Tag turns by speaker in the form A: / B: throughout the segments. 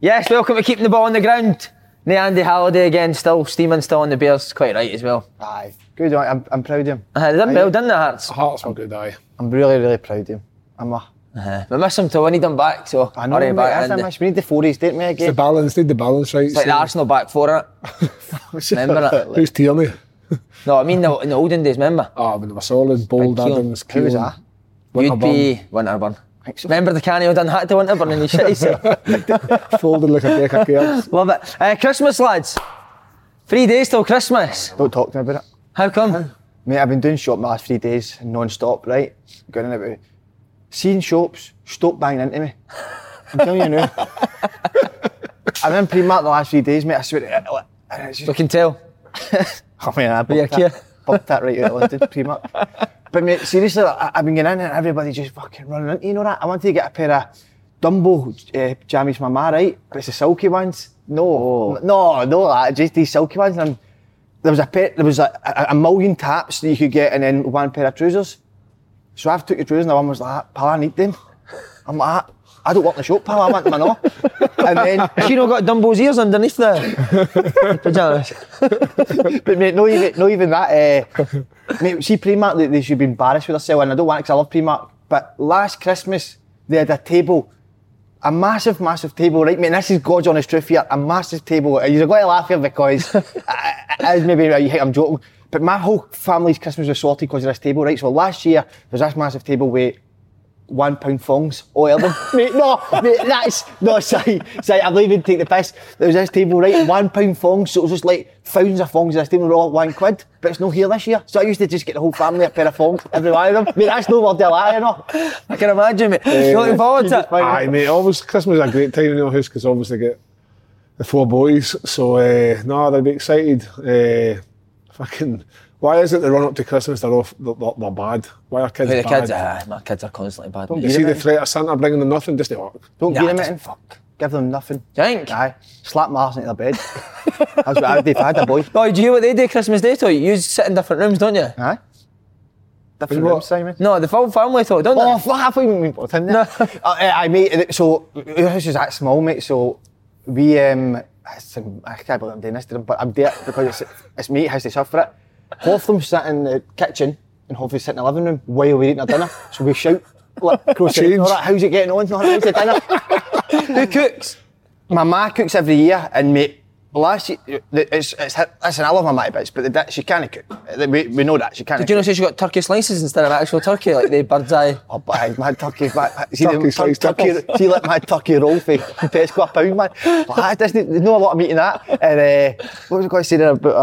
A: Yes, welcome to keeping the ball on the ground. The Andy Halliday again, still steaming, still on the Bears, quite right as well.
B: Aye. Good, aye. I'm, I'm proud of him.
A: Uh, they done
B: Aye.
A: well, didn't they, Hearts?
C: Hearts were good, aye.
B: I'm really, really proud of him. I'm a,
A: Uh, we miss him till we need him back, so
B: Oh. I know,
A: hurry
B: mate,
A: back,
B: that's how
A: Andy.
B: much we need the fourties, don't we,
C: It's the
B: again?
C: balance, need the balance right.
A: It's like the Arsenal back for it. remember that?
C: Who's Tierney?
A: No, I mean the, in the olden days, remember?
B: Oh,
C: Ah, when they were solid, Bold,
A: Keown.
C: Adams,
B: Who was
C: Keown,
B: that?
A: You'd
C: Winterburn.
A: be Winterburn.
B: so.
A: Remember the canny done had to Winterburn and he shit himself.
C: folded like a deck of cards.
A: Love it. Uh, Christmas, lads. Three days till Christmas.
B: Don't talk to me about it.
A: How come?
B: Mate, I've been doing shop my last three days non-stop, right? Going in about seeing shops, stop banging into me. I'm telling you now. I've been pre-mark the last three days, mate. I swear to God. and it's just-
A: We can tell.
B: I mean, Oh, I
A: But you're
B: bumped that,
A: cute.
B: bumped that right out of London, pretty much. But mate, seriously, like, I, I've been getting in and everybody just fucking running into you know that. I wanted to get a pair of Dumbo uh, jammies from my ma, right? But it's the silky ones. No, no, no, that just these silky ones. And there was a pair, there was a, a, a million taps that you could get, and then one pair of trousers. So I've took your trousers, and the one was like, "Pal, I need them." I'm like, "I don't want the shop, pal. I want my no." And then
A: Has she not got Dumbo's ears underneath the pajamas?
B: But mate, not even, not even that. Uh, mate, see Primark, they, they should be embarrassed with themselves, and I don't want it 'cause I love Primark. But last Christmas, they had a table, a massive, massive table, right, mate? and this is God's honest truth here, a massive table. And You're going to laugh here because I, I, I- maybe uh, you think I'm joking, but my whole family's Christmas was sorted because of this table, right? So last year, there was this massive table with one pound thongs, all of them. mate, no, mate, that's no sorry, sorry, I'm not even take the piss. There was this table, right? One pound thongs, so it was just like thousands of thongs at this table were all one quid, but it's no here this year. So I used to just get the whole family a pair of thongs, every one of them. Mate, that's no word to lie, you know.
A: I can imagine, mate. You're looking forward to it.
C: Aye, mate, always Christmas is a great time in our house because obviously get the four boys. So, uh, no, they'd be excited. Uh, fucking, why is it the run up to Christmas they're off? They're, they're, they're bad. Why are kids
A: With the
C: bad?
A: kids, ah, my kids are constantly bad.
C: You
A: Mate.
C: see the threat of Santa bringing them nothing, just oh,
B: Don't
A: Nah,
B: give them
A: just
B: anything. Fuck. Give them nothing.
A: Do you think?
B: Aye. Slap my arse into their bed. that's what I'd do if I had a boy.
A: Oh, do you hear what they do Christmas Day to you? You sit in different rooms, don't you?
B: Aye. Different
C: What?
B: room, Simon.
A: No, the full family talk, don't
B: Oh,
A: they?
B: fuck, I thought you meant what's in there.
A: No.
B: Uh, eh, I mate, it- so our house is that small, mate. So we, um, it's- I can't believe I'm doing this to them, but I'm there because it's, it's me, it has to suffer it. Half them sit in the kitchen and half of them sit in the living room while we're eating our dinner. So we shout, like, across the
C: Change.
B: all right, how's it getting on? All right, how's the dinner?
A: Who cooks?
B: my ma cooks every year, and mate, last year, it's, it's, listen, I love my ma bits, but the, di- she can't cook. We, we know that, she can't
A: Did you know she got turkey slices instead of actual turkey, like the bird's eye?
B: Oh, but aye, my turkey, my, see,
C: Turkey
B: the,
C: sliced
B: turkey,
C: apples.
B: see like my turkey roll for Tesco a pound, man. Like, there's no- there's not a lot of meat in that. And uh, what was I going to say there about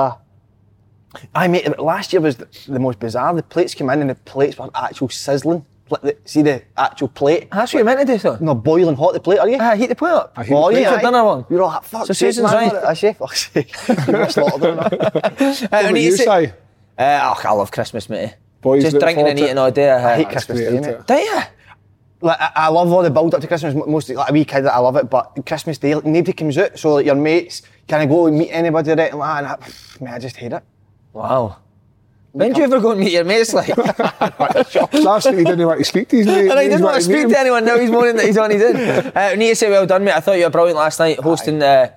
B: uh, I mate, last year was the, the most bizarre. The plates came in and the plates were actual sizzling. Like the, see the actual plate?
A: That's what you meant to do, so.
B: No, boiling hot the plate, are you?
A: Ah, heat the plate up.
C: heat the
A: Oh,
C: plate
A: yeah,
C: up.
A: for dinner one.
B: You're all like, fuck.
A: So
B: sake,
A: Susan's
B: man,
A: right.
B: I say, fuck's sake. You're slaughtering her.
A: Uh,
C: what about you, Si?
A: Uh, oh, I love Christmas, mate.
C: Boys
A: Just
C: look
A: drinking
C: forward
A: and
C: to it.
A: eating all day. uh,
B: I
A: I
B: hate Christmas
C: great,
B: Day,
C: isn't
B: mate.
C: it?
A: Do you?
B: Like, I, I love all the build up to Christmas. m- Mostly, like a wee kid, I love it. But Christmas Day, like, nobody comes out, so like your mates can I go and meet anybody right and like, and I, man, I just hate it.
A: Wow. When do you ever go and meet your mates like?
C: Last week he didn't want to speak to his mate.
A: And I
C: He's
A: didn't want to
C: meet
A: speak
C: him.
A: to anyone. Now he's moaning that he's on his own. Uh, I need to say well done, mate. I thought you were brilliant last night hosting the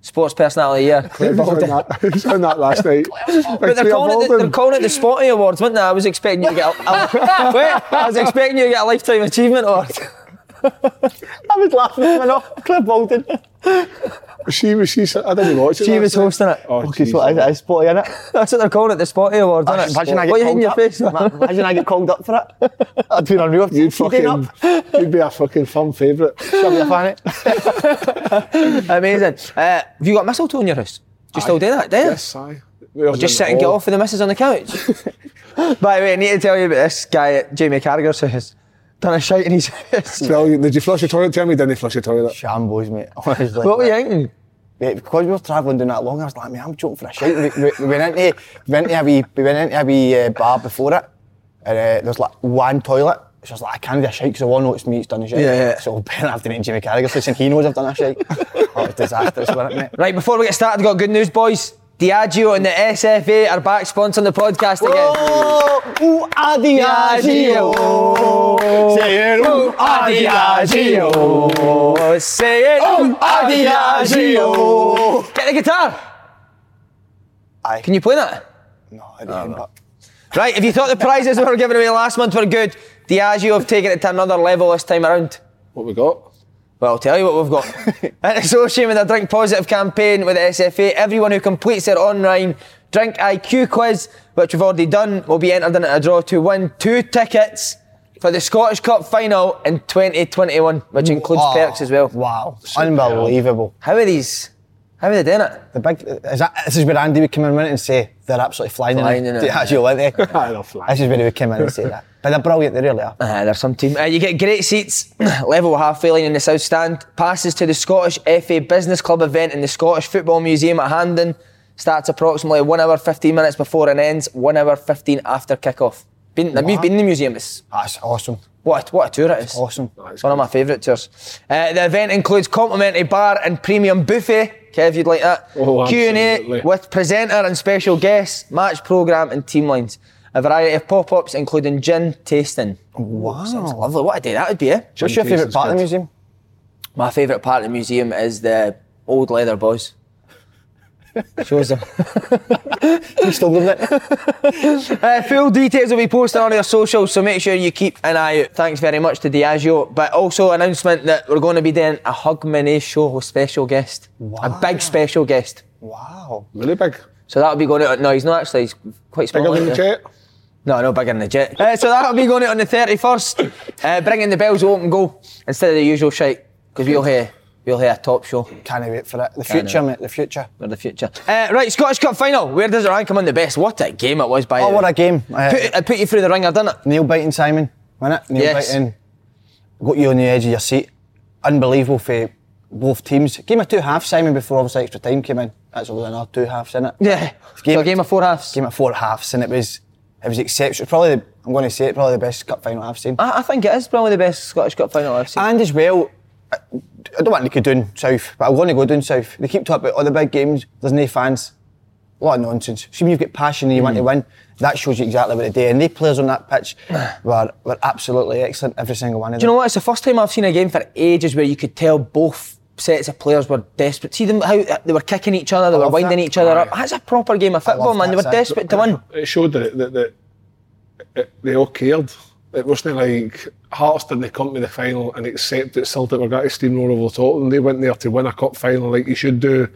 A: Sports Personality of the Year. Claire
C: He was on
A: Bolden.
C: that- he was on that last night.
A: But they're
C: Claire
A: calling, it the,
C: Bolden.
A: they're calling it the Spotty Awards, weren't they? I was expecting you to get a, a- wait, I was expecting you to get a lifetime achievement award.
B: I was laughing at him off. Claire Bolden.
C: She was. She. I didn't watch it.
A: She was
C: last night.
A: hosting it.
C: Oh,
B: Okay,
C: jeez.
B: so it is, it is spotty, innit?
A: That's what they're calling it, the Spotty Awards, isn't it?
B: Imagine I
A: what you
B: get
A: in
B: called
A: your
B: up.
A: face?
B: Ma- Imagine I get called up for it. That'd be unreal.
C: You'd
B: Keep it
C: fucking.
B: up.
C: You'd be a fucking firm favourite.
B: Shove your fan it.
A: eh? Amazing. Uh, have you got mistletoe in your house? Do you still do that, do you?
C: Yes, aye. We was
A: Just
C: in
A: sit
C: the
A: and get
C: hall.
A: off with the missus on the couch. By the way, I need to tell you about this guy at Jamie Carragher's house. Done a shite in his house.
C: Brilliant. Did you flush the toilet? Tell me, you didn't flush the toilet?
B: Shambles, mate. Honestly.
A: What were you thinking?
B: Mate, because we were travelling down that long, I was like, mate, I'm joking for a shite. We, we, we went into, we went into a wee, we went into a wee uh, bar before it, and uh, there's like one toilet. So I was like, I can't do a shite because I want to know it's me that's done the shite.
A: Yeah, yeah.
B: So Ben, I've done it in Jimmy Carragher's place, and he knows I've done a shite. that was disastrous, wasn't it, mate?
A: Right, before we get started, got good news, boys. Diageo and the SFA are back sponsoring the podcast again.
B: Oh, Ooh,
A: Diageo.
B: Say it, ooh,
A: Diageo. Say it.
B: Um, Diageo.
A: Get the guitar.
B: Aye.
A: Can you play that?
B: No, I didn't, but...
A: Right, if you thought the prizes we were giving away last month were good, Diageo have taken it to another level this time around.
C: What we got?
A: Well, I'll tell you what we've got. In association with a Drink Positive campaign with the SFA, everyone who completes their online Drink IQ quiz, which we've already done, will be entered in a draw to win two tickets for the Scottish Cup final in 2021, which includes
B: Wow.
A: perks as well.
B: Oh, Wow, unbelievable.
A: How are these? How are they doing it?
B: The big is that this is where Andy would come in a minute and say they're absolutely flying,
A: Flying
B: in
A: in
B: it.
A: it.
B: Yeah, Actually, weren't they?
C: They're flying.
B: This is where he would come in and say that. But they're brilliant. They really are.
A: Ah, there's some team. Uh, you get great seats, level halfway line in the south stand, passes to the Scottish FA Business Club event in the Scottish Football Museum at Hampden. Starts approximately one hour fifteen minutes before and ends one hour fifteen after kickoff. Been, we've been in the museum. It's
B: That's awesome.
A: what a, what a tour it is.
B: Awesome.
A: It's one of my favourite tours. Uh, the event includes complimentary bar and premium buffet. Kev, you'd like that.
C: Oh,
A: Q&A
C: absolutely.
A: with presenter and special guests, match programme and team lines. A variety of pop-ups including gin tasting.
B: Wow.
A: Sounds lovely. What a day that would be, eh?
B: What's your favourite part of the museum?
A: My favourite part of the museum is the old leather boys. Shows them.
B: You still doing it?
A: Uh, full details will be posted on our socials, so make sure you keep an eye out. Thanks very much to Diageo. But also announcement that we're going to be doing a Hug Money show with special guest. A big special guest.
B: Wow.
C: Really big.
A: So that'll be going out. No, he's not actually. He's quite small.
C: Bigger than the
A: isn't he?
C: jet.
A: No, no, bigger than the jet. Uh, so that'll be going out on the 31st. Uh, bringing the bells will open goal instead of the usual shite, because we'll hear, we'll hear a top show.
B: Can't wait for it. The future, mate. The future.
A: for the future. Uh, right, Scottish Cup final. Where does it rank among the best? What a game it was by
B: Oh,
A: the
B: what a game. Mm.
A: Put, I put you through the ringer, didn't it?
B: Nail biting Simon, wasn't it? Nail
A: Yes.
B: biting. Got you on the edge of your seat. Unbelievable for both teams. Game of two halves, Simon, before obviously extra time came in. That's always another two halves, isn't it?
A: Yeah.
B: Game-
A: Game, so a game of four halves.
B: Game of four halves, and it was it was exceptional. Probably, the, I'm going to say it, probably the best cup final I've seen.
A: I, I think it is probably the best Scottish Cup final I've seen.
B: And as well, I I don't want to go down south, but I want to go down south. They keep talking about all the big games, there's no fans. A lot of nonsense. See, when you've got passion and you
A: Hmm.
B: want to win, that shows you exactly what it did. And the players on that pitch were, were absolutely excellent, every single one of them.
A: Do you know what? It's the first time I've seen a game for ages where you could tell both sets of players were desperate. See them how uh, they were kicking each other, they were
B: love
A: winding
B: that.
A: each other up.
B: Aye.
A: That's a proper game of football,
B: love
A: man. They were
B: that, sir.
A: desperate to win.
C: It showed that, that, that it, they all cared. It wasn't like Hearts didn't come to the final and accept that Celtic were going to steamroll over the top and they went there to win a cup final like you should do.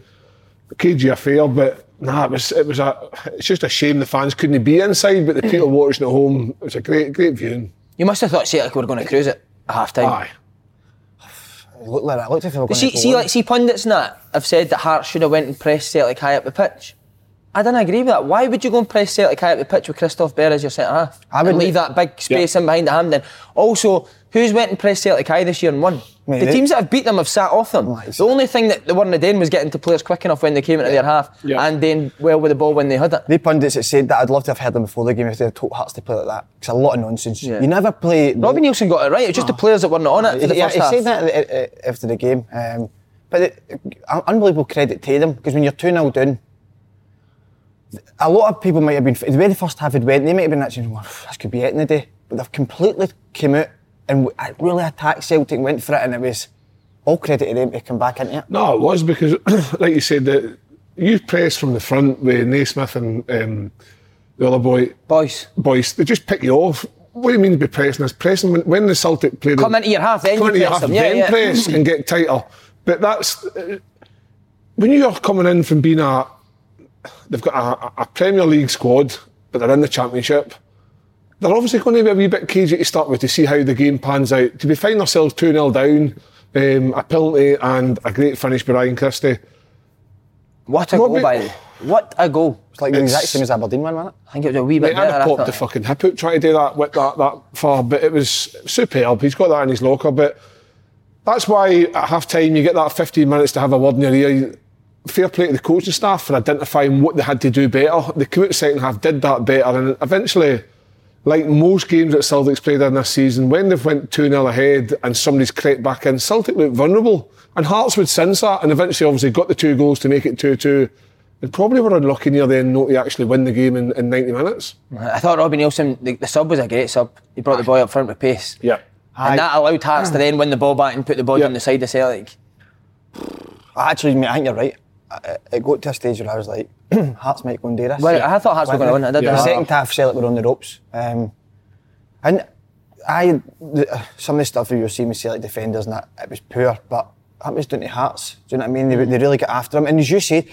C: KG affair, but nah, it was it was a it's just a shame the fans couldn't be inside, but the people watching at home it was a great great viewing.
A: You must have thought Celtic were going to cruise it at half time.
C: Aye,
B: It looked like that. It looked like they were going
A: See,
B: to go
A: see,
B: on.
A: like, see, pundits and that have said that Hart should have went and pressed Celtic high up the pitch. I don't agree with that. Why would you go and press Celtic high up the pitch with Christoph Behr as your centre half?
B: I would
A: and
B: li-
A: leave that big space in behind the Hamden. Also, who's went and pressed Celtic high this year and won?
B: Mate,
A: the
B: they-
A: teams that have beat them have sat off them.
B: Right.
A: The only thing that they weren't doing was getting to players quick enough when they came into their half
C: Yeah.
A: and then well with the ball when they had it.
B: The pundits that said that, I'd love to have heard them before the game if they had taught Hearts to play like that. It's a lot of nonsense.
A: Yeah.
B: You never play.
A: Robbie Nielsen got it right. It was just the players that weren't on it for the
B: Ah. yeah,
A: first
B: he
A: half.
B: said that uh, uh, after the game. Um, but it, uh, unbelievable credit to them because when you're 2 0 down, a lot of people might have been, the way the first half had went, they might have been actually, well, this could be it in the day. But they've completely came out and w- uh, really attacked Celtic, went for it, and it was all credit to them to come back into it.
C: No, it was because, like you said, that you press from the front with Naismith and um, the other boy,
A: Boys,
C: boys, they just pick you off. What do you mean by pressing us? Pressing when, when the Celtic played
A: Come into your half, then
C: come
A: you
C: into your
A: press
C: half,
A: them. Yeah,
C: then
A: yeah.
C: press and get tighter. But that's uh, when you are coming in from being a they've got a, a Premier League squad, but they're in the Championship. They're obviously going to be a wee bit cagey to start with to see how the game pans out. To be find ourselves 2 0 down, um, a penalty and a great finish by Ryan Christie.
A: what a
C: What
A: goal
C: we-
A: by What a goal.
B: It's like the
C: It's-
B: exact same as Aberdeen one, wasn't
A: I think it was a wee bit
C: Mate, I'd
A: better. I
C: have popped the
A: thought.
C: fucking hip out trying to do that with that that far, but it was superb. He's got that in his locker, but that's why at half time you get that 15 minutes to have a word in your ear. You- Fair play to the coaching staff for identifying what they had to do better. They came out the second half, did that better, and eventually, like most games that Celtic's played in this season, when they've went 2 0 ahead and somebody's crept back in, Celtic looked vulnerable. And Hearts would sense that and eventually obviously got the two goals to make it 2 2. And probably were unlucky near the end not to actually win the game in, in 90 minutes.
A: I thought Robbie Nielsen, the, the sub was a great sub. He brought the
B: Ah.
A: boy up front with pace.
C: Yeah.
B: Aye.
A: And that allowed Hearts to then win the ball back and put the body
C: Yeah.
A: on the side of Celtic.
B: it? Actually, mate, I think you're right. I- I- It got to a stage where I was like, Hearts might go and do this.
A: Well, I thought Hearts were
B: Wasn't
A: going to
B: it?
A: win. I did.
C: Yeah.
B: The
A: Yeah.
B: second half, Celtic were on the ropes. Um, and I, the, some of the stuff you were seeing with Celtic defenders and that, it was poor, but that was down to Hearts. Do you know what I mean? They, they really got after him. And as you said,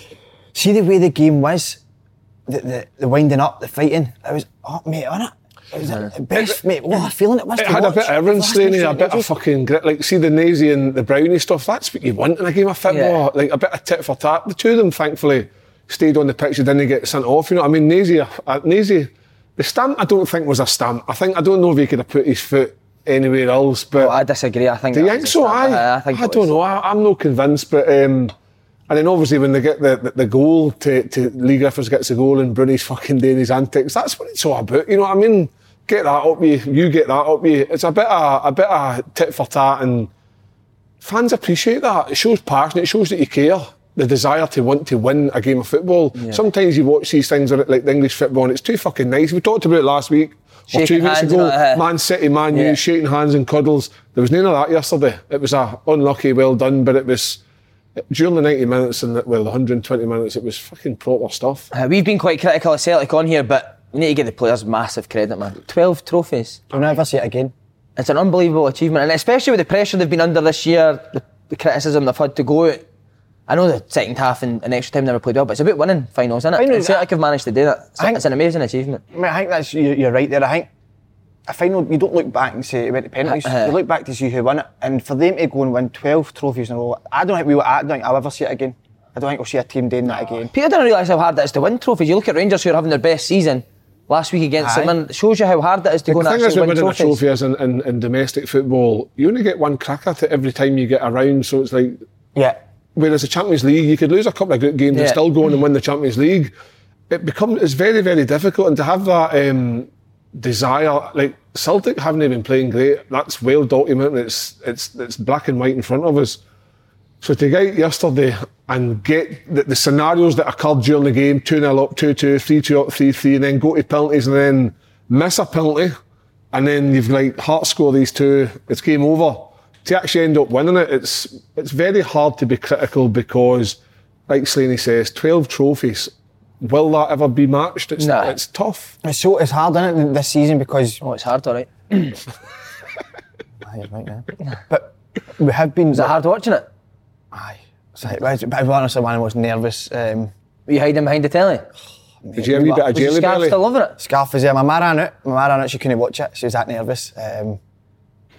B: see the way the game was, the, the, the winding up, the fighting, it was up, mate, on it. It was the best, mate. What a feeling it was.
C: It
B: to
C: had a
B: watch.
C: bit of errands
B: Fast
C: in it,
B: motion,
C: a bit of
B: just-
C: fucking grit. Like, see the Nazi and the Brownie stuff, that's what you want in a game of football.
A: Yeah.
C: Like, a bit of tit for tat. The two of them, thankfully, stayed on the pitch, they didn't get sent off. You know what I mean? Nazi, uh, Nazi, the stamp I don't think was a stamp. I think, I don't know if he could have put his foot anywhere else, but.
A: I disagree. I think.
C: Do you
A: that was
C: think
A: a
C: so?
A: stab.
C: I,
A: I think. it
C: don't
A: was.
C: know. I, I'm not convinced, but um, and then obviously when they get the, the, the goal to, to Lee Griffiths gets the goal and Bruni's fucking doing his antics. That's what it's all about. You know what I mean? Get that up you. You get that up you. It's a bit of a bit of tit for tat, and fans appreciate that. It shows passion. It shows that you care. The desire to want to win a game of football. Sometimes you watch these things like like the English football, and it's too fucking nice. We talked about it last week or two
A: Shaking
C: weeks
A: hands uh,
C: ago.
A: and all that.
C: Man City, Man U,
A: Yeah.
C: shaking hands and cuddles. There was none of that yesterday. It was a unlucky, well done, but it was during the 90 minutes and the- well, the 120 minutes, it was fucking proper stuff.
A: Uh, we've been quite critical of Celtic on here, but we need to give the players massive credit, man. Twelve trophies.
B: I'll never see it again.
A: It's an unbelievable achievement, and especially with the pressure they've been under this year, the, the criticism they've had to go out. I know the second half and, and extra time never played well, but it's about winning finals, isn't it?
B: Finals,
A: and Celtic have managed to do that. It's,
B: I think-
A: it's an amazing achievement.
B: I mean, I think that's you- you're right there. I think a final you don't look back and say it went to penalties.
A: Uh-huh.
B: you look back to see who won it, and for them to go and win 12 trophies in a row, I don't think we. will- I don't think I'll ever see it again. I don't think we'll see a team doing that again.
A: People don't realise how hard it is to win trophies. You look at Rangers who are having their best season last week against
B: Aye.
A: St. it shows you how hard it is to go
C: The
A: and
C: thing
A: actually win
C: is, with winning a
A: trophies.
C: trophy is in, in, in domestic football, you only get one crack at it every time you get around, so it's like
B: Yeah.
C: Whereas the Champions League, you could lose a couple of good games and
A: Yeah.
C: still go on and win the Champions League. It becomes it's very very difficult, and to have that um, desire, like Celtic haven't even been playing great. That's well documented. It's it's it's black and white in front of us. So to get out yesterday and get the, the scenarios that occurred during the game, 2 0 up, 2 2, 3 2 up, 3 3, and then go to penalties and then miss a penalty, and then you've like heart score these two, it's game over. To actually end up winning it, it's it's very hard to be critical because, like Slaney says, 12 trophies. Will that ever be matched? It's,
A: No.
C: it's tough.
B: It's so it's hard, isn't it, this season because
A: Oh, it's hard, all right.
B: Aye, you're right there. But we have been.
A: Is it hard watching it?
B: Aye. So, but I honestly, one I was nervous. Um,
A: Were you hiding behind the telly?
C: Did you have a wee bit of
A: Was your
C: jelly
A: scarf
C: belly?
A: still over it?
B: Scarf was there. My ma ran out. My ma ran out. She couldn't watch it. She was that nervous. Um,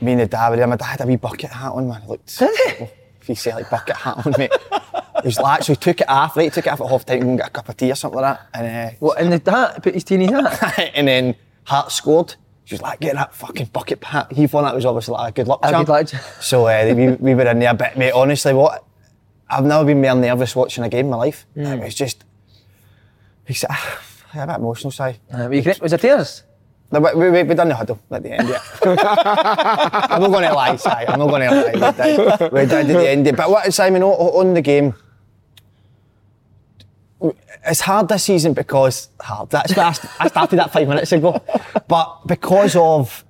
B: me and the dad were there. My dad had a wee bucket hat on, man. It looked. if you say like bucket hat on, mate. It was like, actually took it off, right? Took it off at half time and got a cup of tea or something like that. And, uh,
A: What, in the hat? Put his teeny hat?
B: and then Hart scored. She was like, get that fucking bucket pat. He thought that was obviously like a good luck
A: A
B: charm.
A: good luck charm.
B: So uh, we, we were in there a bit, mate. Honestly, what? I've never been more nervous watching a game in my life. It was just. He said, ah, I'm a bit emotional, Si.
A: Uh, were you connect- was it tears?
B: No, we, we, we, we done the huddle at the end, yeah. I'm not going to lie, Si. I'm not going to lie. We did, we did at the end. But what, Simon, o- o- on the game, it's hard this season because hard. That's what I, st- I started that five minutes ago, but because of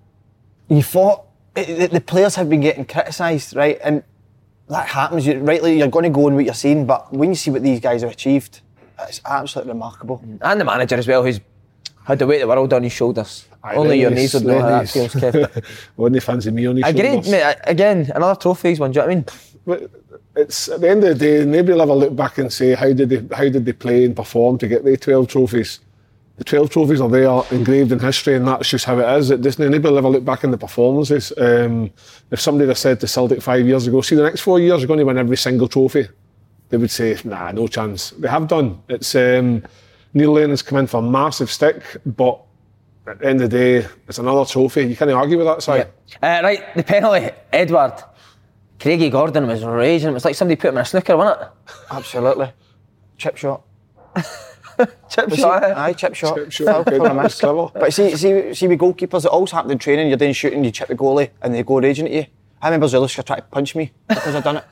B: you thought it, the- the players have been getting criticised, right? And that happens. You rightly, you're going to go on what you're seeing, but when you see what these guys have achieved, it's absolutely remarkable.
A: And the manager as well, who's had the weight of the world on his shoulders.
C: Aye,
A: Only your knees
C: ladies,
A: would know how that feels,
C: ladies.
A: Kev.
C: Wouldn't they fancy me on his
A: Agreed,
C: shoulders?
A: mate. I- Again, another trophies one. Do you know what I mean?
C: But it's at the end of the day, nobody will ever look back and say how did they how did they play and perform to get the twelve trophies. The twelve trophies are there engraved in history, and that's just how it is. It doesn't nobody will ever look back in the performances. Um, if somebody had said to Celtic five years ago, see the next four years you're going to win every single trophy, they would say, nah, no chance. They have done. It's um, Neil Lane has come in for a massive stick, but at the end of the day, it's another trophy. You can't argue with that side.
A: Uh, right, the penalty, Edward. Craigie Gordon was raging. It was like somebody put him in a snooker, wasn't it?
B: Absolutely, chip shot.
A: Chip
B: But see-
A: shot, eh?
B: aye, chip shot.
C: Chip shot, good,
B: Falcao
C: that's
B: missed.
C: clever.
B: But see, see, see, with goalkeepers, it always happens in training. You're doing shooting, you chip the goalie, and they go raging at you. I remember Zuliska tried to punch me because I done it,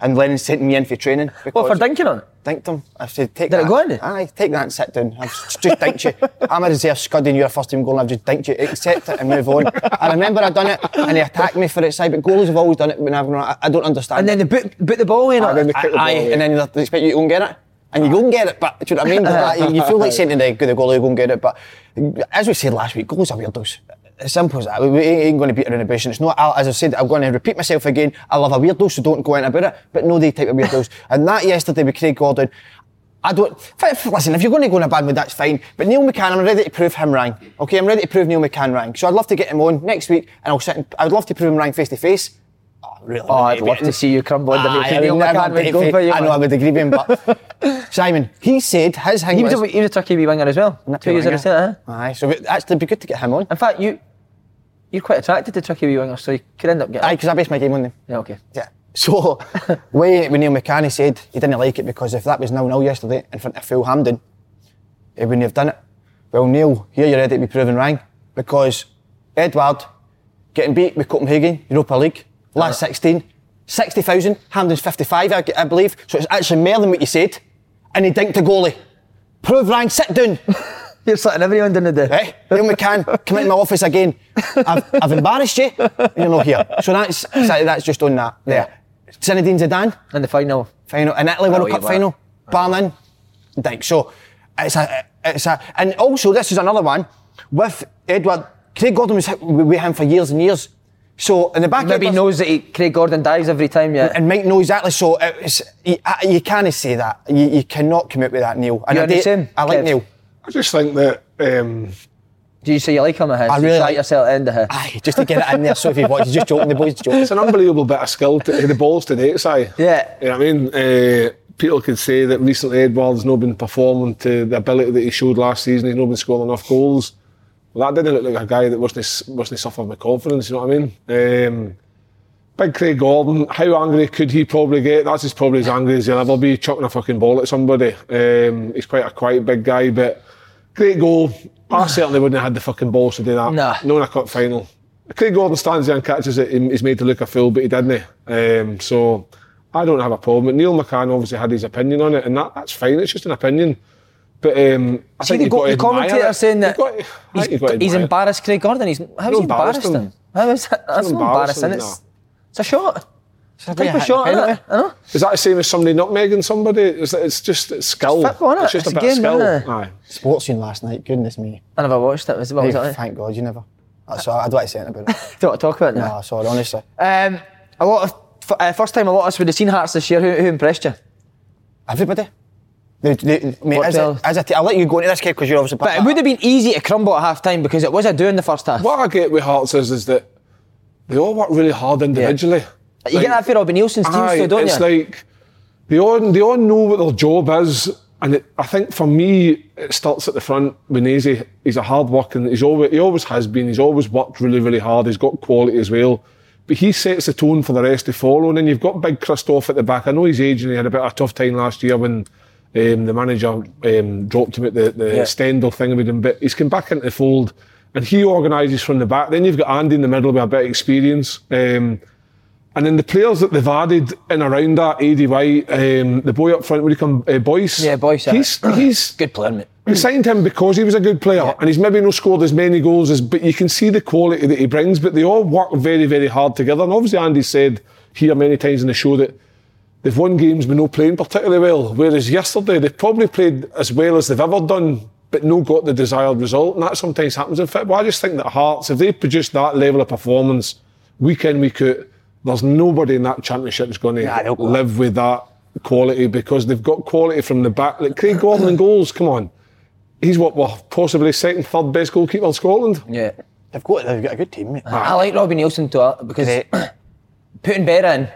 B: and Lennon sent me in for training.
A: What, for
B: because-
A: dinking on it?
B: Dinked him. I said, take
A: Did it
B: that.
A: go in?
B: Aye, take that and sit down. I've s- just dinked you. I'm a reserve scud and you're a first team goal and I've just dinked you. Accept it and move on. I remember I done it and he attacked me for it, side, but goalies have always done it whenever I, I don't understand.
A: And then they boot, boot the ball eh? in.
C: And then they
A: it.
C: kick the
B: Aye,
C: ball away.
B: and then they expect you to go and get it. And you go and get it, but do you know what I mean? Like, you feel like saying to the, the goalie, go and get it. But as we said last week, goals are weirdos. As simple as that. We, we ain't going to beat around the bush. And it's not, i as I said, I'm going to repeat myself again. I love a weirdo, so don't go in about it. But no, they type of weirdos. and that yesterday with Craig Gordon, I don't. f- f- Listen, if you're going to go in a bad mood, that's fine. But Neil McCann, I'm ready to prove him wrong. Okay, I'm ready to prove Neil McCann wrong. So I'd love to get him on next week, and I'll sit. And, I would love to prove him wrong face to face. Oh, really?
A: Oh, I'd love to see you crumble underneath
B: Aye,
A: the
B: I
A: Neil
B: mean,
A: McCann
B: never
A: would
B: did
A: go
B: it.
A: for you,
B: I know
A: man.
B: I would agree with him, but Simon, he said his hang
A: He was,
B: was.
A: a, he was a tricky wee winger as well. Two years ago, huh?
B: Aye, so it- actually, it'd be good to get him on.
A: In fact, you, you're quite attracted to tricky wee wingers, so you could end up getting.
B: Aye, because I based my game on them.
A: yeah, okay.
B: Yeah. So, way when Neil McCann he said he didn't like it because if that was 0 0 yesterday in front of Phil Hamden, he wouldn't have done it. Well, Neil, here you're ready to be proven wrong because Edward getting beat with Copenhagen, Europa League, last 16, 60,000, Hamden's 55, I, I believe, so it's actually more than what you said, and he dinked the goalie. Prove wrong, sit down.
A: You're slitting everyone down the day.
B: Eh? Neil McCann, come into my office again. I've, I've embarrassed you, and you're not here. So that's so that's just on that. There. Zinedine Zidane,
A: In the final.
B: final in Italy, World
A: you
B: Cup
A: were.
B: final, Berlin, Dyke. So it's a, it's a, and also this is another one with Edward. Craig Gordon was with him for years and years. So in the back,
A: Maybe
B: Edward's-
A: knows that he, Craig Gordon dies every time. Yeah.
B: and Mike know exactly. So it's, you, I- you can't say that. You, you cannot commit with that, Neil. And
A: You're
B: I,
A: the
B: do-
A: same,
B: I like
A: Kev.
B: Neil.
C: I just think that um,
A: Do you say you like him or him?
B: I really
A: Shite
B: like-
A: yourself into him.
B: Aye, just to get it in there. So if you watch, just joking. The boys joking.
C: It's an unbelievable bit of skill to hit the balls today, it's I.
A: Yeah.
C: You know what I mean? Uh, people could say that recently Edward's not been performing to the ability that he showed last season, he's not been scoring enough goals. Well, that didn't look like a guy that wasn't, wasn't suffering with confidence, you know what I mean? Um, Big Craig Gordon, how angry could he probably get? That's as probably as angry as he'll ever be, chucking a fucking ball at somebody. Um, he's quite a quiet big guy, but great goal. I certainly wouldn't have had the fucking balls to do that.
A: Nah.
C: No in a cup final. Craig Gordon stands there and catches it. He- He's made to look a fool, but he didn't. Um, so I don't have a problem. But Neil McCann obviously had his opinion on it, and that, that's fine. It's just an opinion. But um, I
A: See
C: think
A: the,
C: you've
A: go-
C: got
A: the
C: to admire
A: commentator
C: it.
A: saying that
C: You've got to- I think you've got to
A: he's, he's
C: admire it.
A: embarrassed Craig Gordon. He's how's
C: No,
A: he embarrassed
C: embarrassed
A: him?
C: him.
A: How is that? That's
C: No,
A: not
C: embarrassed
A: embarrassing.
C: him,
A: It's, it's a shot. It's a type of shot,
B: penalty.
A: isn't it? I know.
C: Is that the same as somebody nutmegging somebody? It's, it's just it's skill.
A: It's football, innit?
C: It's just
A: It's
C: a
A: a
C: bit of
A: game,
C: skill.
A: innit?
C: Aye.
B: Sports scene last night. Goodness me.
A: I never watched it. Was, what was that?
B: Thank God you never. That's all. I don't want to say anything about it.
A: Don't want to talk about it now.
B: no, sorry, honestly.
A: Um, a lot of f- uh, first time a lot of us would have seen Hearts this year. Who, who impressed you?
B: Everybody. They, they, mate,
A: What
B: as
A: the hell?
B: a, as a t- I'll let you go into this, kid, because you're obviously
A: But it would have been easy to crumble at half time because it was a do in the first half.
C: What I get with Hearts is, is that they all work really hard individually.
A: You get that for Robbie Nielsen's team
C: Aye,
A: still, don't
C: it's
A: you?
C: like they all they all know what their job is, and it, I think for me it starts at the front. Benezi, he's a hard working. He's always he always has been. He's always worked really really hard. He's got quality as well. But he sets the tone for the rest to follow. And then you've got Big Christoph at the back. I know his age and he had a bit of a tough time last year when um, the manager um, dropped him at the, the
A: Yeah.
C: Stendhal thing with him. But he's come back into the fold and he organises from the back. Then you've got Andy in the middle with a bit of experience. Um, And then the players that they've added in around that ADY, um, the boy up front, what do you come, uh, Boyce?
A: Yeah, Boyce, aye.
C: He's, he's
A: Good player, mate.
C: we signed him because he was a good player, and he's maybe not scored as many goals as, but you can see the quality that he brings. But they all work very, very hard together. And obviously, Andy said here many times in the show that they've won games with no playing particularly well. Whereas yesterday, they probably played as well as they've ever done, but no got the desired result. And that sometimes happens in football. I just think that Hearts, if they produce that level of performance week in, week out, there's nobody in that championship that's going to
A: Nah, they'll go.
C: live with that quality because they've got quality from the back. Like Craig Gordon and goals, come on. He's what, well, possibly second, third best goalkeeper in Scotland.
A: Yeah.
B: They've got, they've got a good team, mate.
A: I like Robbie Nielsen to uh, because putting Berra in,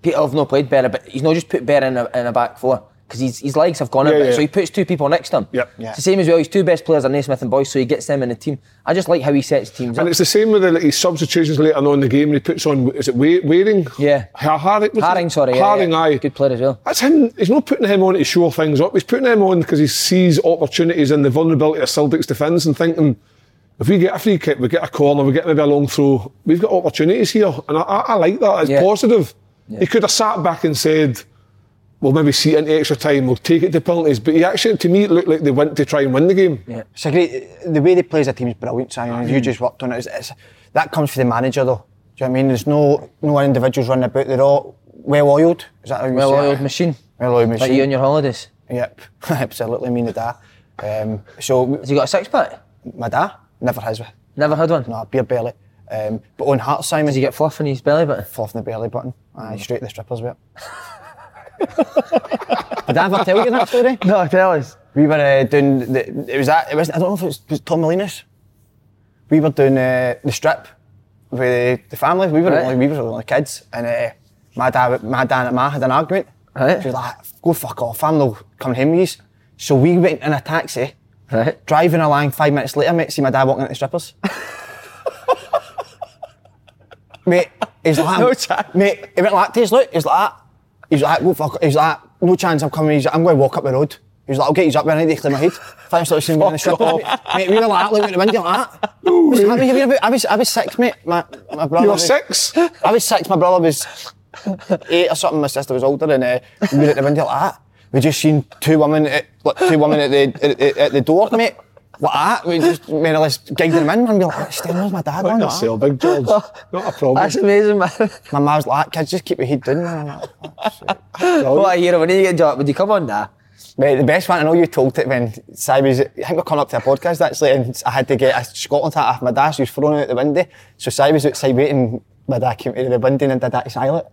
A: Peter have not played Berra, but he's not just put Berra in a, in a back four because his, his legs have gone a
C: Yeah,
A: bit,
C: yeah.
A: so he puts two people next to him.
C: Yep. Yeah.
A: It's the same as well. His two best players are Naismith and Boyce, so he gets them in the team. I just like how he sets teams
C: And
A: up.
C: it's the same with the, like, his substitutions later on in the game. He puts on, is it Wa- Waring?
A: Yeah.
C: Ha- Haring, was it?
A: Haring, sorry, yeah,
C: Haring,
A: yeah.
C: aye.
A: good player as well.
C: That's him. He's not putting him on to show things up. He's putting him on because he sees opportunities and the vulnerability of Celtic's defence and thinking, if we get a free kick, we get a corner, we get maybe a long throw, we've got opportunities here. And I, I, I like that. It's
A: Yeah.
C: positive. He could have sat back and said, we'll maybe see it into extra time, we'll take it to penalties. But he actually, to me, it looked like they went to try and win the game.
A: Yeah.
B: It's a great the way they play as a team is brilliant, Simon. You just worked on it. It's, it's, that comes from the manager, though. Do you know what I mean? There's no no one individuals running about. They're all well oiled. Is that how you
A: Well
B: say
A: oiled
B: it?
A: machine.
B: Well oiled machine.
A: Like you on your holidays.
B: Yep, absolutely. Me and da. Um, so
A: Has he got a six pack?
B: my da never has one.
A: Never had one.
B: No, a beer belly. Um, but on heart, Simon,
A: Does he get fluff in his belly button?
B: fluff in the belly button?
A: Mm.
B: Aye, straight to the strippers with it. Did I ever tell you that story?
A: No, tell us.
B: We were uh, doing the, it was that it wasn't I don't know if it was, was it Tom Molinas. We were doing uh, the strip with the family. We were
A: Right.
B: only we were only kids, and uh, my dad my dad and ma had an argument.
A: Right.
B: She was like, "Go fuck off! I'm not coming home with yous." So we went in a taxi,
A: Right.
B: driving along. Five minutes later, mate, see my dad walking into strippers. mate, he's like,
A: No chance.
B: Mate, he went like this. Look, he's like that. He's like, go fuck. He's like, no chance. I'm coming. He's like, I'm going to walk up the road. He was like, I'll get you up there. I need to clear my head. Thanks for seeing me in the stripper.
C: off.
B: Mate, mate, we were like, looking at the window like that. What's happening here? We were about- I was, I was six, mate. My, my brother.
C: You were
B: was-
C: six?
B: I was six. My brother was eight or something. My sister was older, and uh, we were at the window like that. We just seen two women, at, like, two women at the at, at- at the door, mate. Like that. Ah, We dus just more or less guided them in, and we were like, "Stay, where's my dad?"
C: Like
B: man?"
C: I say, big George. Not a problem.
A: That's amazing, man.
B: My mum was like, "Kids, just keep your head down." Man. I'm like, "Oh, shit."
A: what I hear when you get dropped, would you come on now?
B: Mate, the best one, I know you told it when Simon's, I think we're coming up to a podcast actually, and I had to get a Scotland hat off my dad, so he was thrown out the window. So Simon was outside waiting, my dad came out of the window and did that to Silent.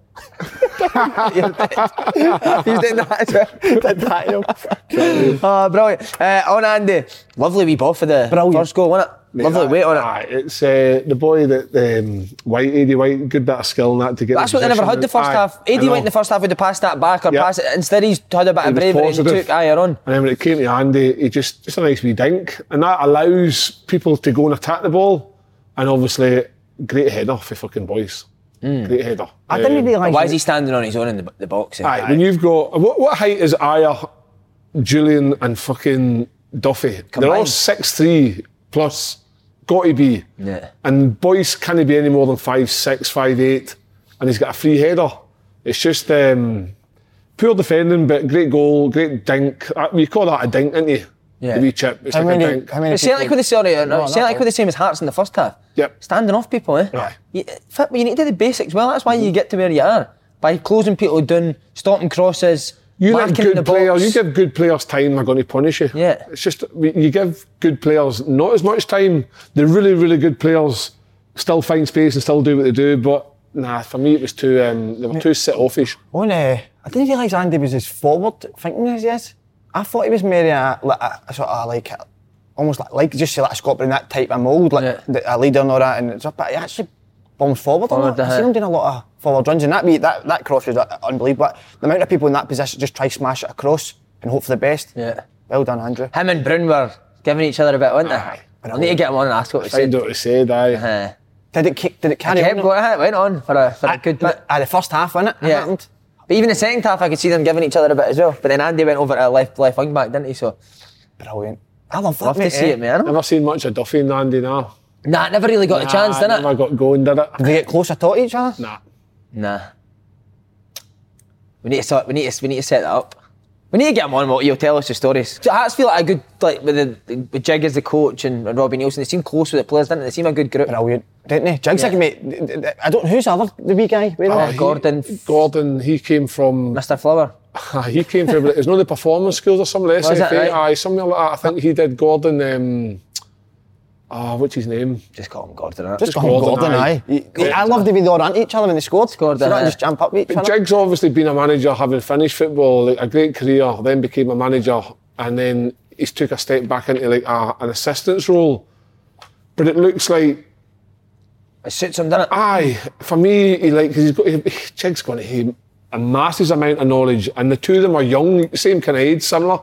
A: He's doing that as well.
B: did that to him.
A: Oh, brilliant. Uh, on Andy. Lovely wee ball for the
B: Brilliant.
A: first goal, wasn't it?
C: Mate,
A: Lovely
C: that-
A: weight on it.
C: aye, it's uh, the boy that um, White, Eddie White, good bit of skill in that to get.
A: That's
C: the
A: what they never
C: position.
A: had the first
C: Aye,
A: half.
C: I
A: AD
C: know.
A: went in the first half with the pass that back or
C: Yeah.
A: pass it. Instead, he's had a bit
C: He
A: of
C: was
A: bravery and he
C: positive.
A: took Ayer on.
C: And then when it came to Andy, he just just a nice wee dink, and that allows people to go and attack the ball. And obviously, great header for fucking boys.
A: Hmm.
C: Great header. Um,
B: I didn't realise.
A: Why is he standing on his own in the, the box? eh?
C: Aye, when you've got what, what height is Ayer, Julian, and fucking Duffy? They're all
A: Combined.
C: six three plus. Got to be.
A: Yeah.
C: And Boyce can't be any more than five six, five eight, and he's got a free header. It's just um, poor defending, but great goal, great dink. Uh, you call that a dink, didn't you?
A: Yeah.
C: The wee chip. It's
B: How
C: like a
B: many,
C: dink.
B: how many
A: But see, like with the sorry, uh, no,
B: No,
A: see,
B: no,
A: like with the same as Hearts in the first half.
C: Yep.
A: Standing off people, eh?
C: Aye.
A: You, fit- you need to do the basics well. That's why you get to where you are by closing people down, stopping crosses,
C: You let
A: marking the
C: good
A: box.
C: players, you give good players time, they're going to punish you.
A: Yeah.
C: It's just, we- you give good players not as much time. The really, really good players still find space and still do what they do, but nah, for me it was too, um, they were too set offish.
B: Oh, no. I didn't realise Andy was as forward thinking as he is. I thought he was more a, like, a, a sort of like, a- almost like, like just say like a Scott Brown, that type of mould, like
A: Yeah.
B: the, a leader and all that, and it's up, but he actually bombs forward a lot.
A: Forward,
B: I've
A: uh-huh.
B: seen him doing a lot of forward runs, and that, be, that, that cross was uh, unbelievable. The amount of people in that position just try smash it across and hope for the best.
A: Yeah.
B: Well done, Andrew.
A: Him and Brun were giving each other a bit, weren't they?
C: Aye.
A: I need to get him on and ask what we
C: Find
A: said.
C: out what they said, aye.
A: Uh,
B: Did it, kick, did it carry
A: kept
B: on?
A: going, aye, it went on for a, for a good bit.
B: Ah, the first half, wasn't it? It
A: Yeah.
B: happened.
A: But even the second half, I could see them giving each other a bit as well. But then Andy went over to a left left wing back, didn't he? So
B: Brilliant. I love that,
A: love
B: mate,
A: to see
B: eh?
A: it, man.
C: Never seen much of Duffy and Andy, nah.
A: Nah, it never really got a chance,
C: Nah,
A: did it?
C: Never got going, did it?
B: Did they get closer to each other?
C: Nah.
A: Nah. We need to sort, we need to, we need to set that up. We need to get him on. What you'll tell us the stories. So Hearts feel like a good like with the with Jig as the coach and, and Robbie Nielsen. They seem close with the players, didn't they? They seem a good group.
B: Brilliant, didn't they? Jigs like mate. I don't. Who's the other the wee guy? Where
A: Oh,
B: is he?
A: Gordon.
C: He, Gordon, he came from
A: Mr. Flower.
C: he came from it was not the performance schools or something like
A: Was that
C: SFA.
A: right?
C: Aye, something like that. I think he did Gordon. Um, ah, what's his name?
A: Just call him Gordon. innit?
B: Just
C: Just
B: call him
C: Gordon,
B: Gordon,
C: aye.
B: aye. He- he- I loved the way they all ran to each other when they scored.
A: Scored,
B: So
A: aye.
B: not just jump up with each
C: But
B: other.
C: Jig's obviously been a manager, having finished football, like a great career, then became a manager, and then he's took a step back into like a, an assistance role. But it looks like
A: It suits him, doesn't it?
C: Aye, for me, he like he he's got he, Chig's got he, a massive amount of knowledge, and the two of them are young, same kind of age, similar.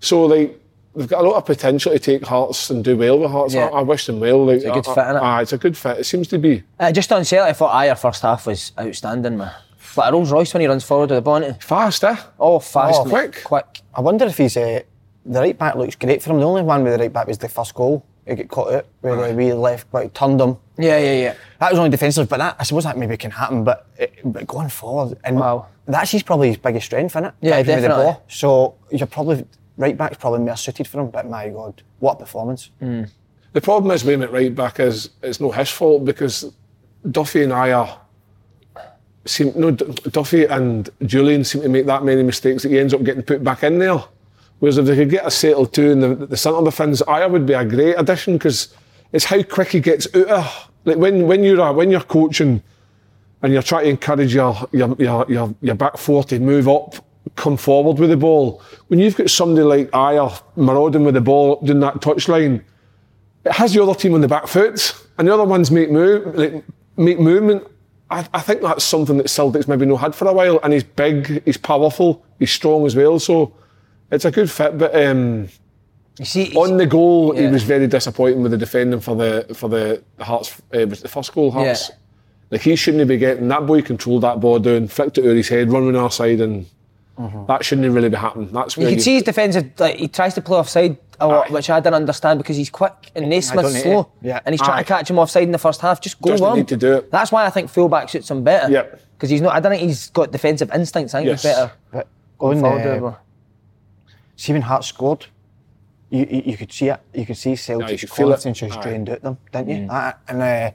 C: So like they've got a lot of potential to take Hearts and do well with Hearts.
A: Yeah.
C: I, I wish them well. Like, it's
A: a good fit, innit?
C: Aye, it's a good fit. It seems to be.
A: Uh, just on sale, I thought aye, your first half was outstanding, man. It's like a Rolls Royce when he runs forward with the bonnet.
C: Fast, eh?
A: Oh, fast,
C: Oh,
A: mate.
C: quick.
A: quick.
B: I wonder if he's uh, the right back looks great for him. The only one with the right back was the first goal. He got caught out where the wee left back turned him.
A: Yeah, yeah, yeah.
B: That was only defensive, but that I suppose that maybe can happen. But, it, but going forward, and
A: Wow.
B: that's his probably his biggest strength, isn't it?
A: Yeah,
B: With the
A: definitely.
B: ball. So you're probably right back's probably more suited for him. But my God, what a performance!
A: Mm.
C: The problem is with him at right back is it's no his fault because Duffy and I are seem no D- Duffy and Julian seem to make that many mistakes that he ends up getting put back in there. Whereas if they could get a settled two and the, the centre defence, Aya would be a great addition because it's how quick he gets out of like when when you're a, when you're coaching and you're trying to encourage your your your your, your back four to move up, come forward with the ball. When you've got somebody like Aya marauding with the ball up doing that touchline, it has the other team on the back foot, and the other ones make move, like, make movement. I, I think that's something that Celtic's maybe not had for a while, and he's big, he's powerful, he's strong as well. So it's a good fit, but um,
A: You see,
C: on the goal, he
A: yeah.
C: was very disappointing with the defending for the for the Hearts. Uh, was it the first goal, Hearts.
A: Yeah.
C: Like he shouldn't be getting that boy controlled that ball down, flicked it over his head, running our side, and that shouldn't really be happening. That's
A: Mm-hmm. You
C: where
A: can see his defensive. Like, he tries to play offside a lot,
C: Aye.
A: which I didn't understand because he's quick and
B: don't
A: Naismith's
B: hate
A: slow.
B: it. Yeah.
A: And he's trying
C: Aye.
A: to catch him offside in the first half. Just go
C: Doesn't
A: on.
C: need to do it.
A: That's why I think fullback suits him better.
C: Yep.
A: Because he's not. I don't think he's got defensive instincts. I think he's
C: Yes.
A: better.
B: But going
A: forward
B: uh,
A: dribbler.
B: See when Hart scored, you, you, you could see it. You could see
C: Aye, you
B: Celtic's
C: could feel it.
B: confidence just
C: Aye.
B: drained out them, didn't you?
A: Mm.
B: That- and uh,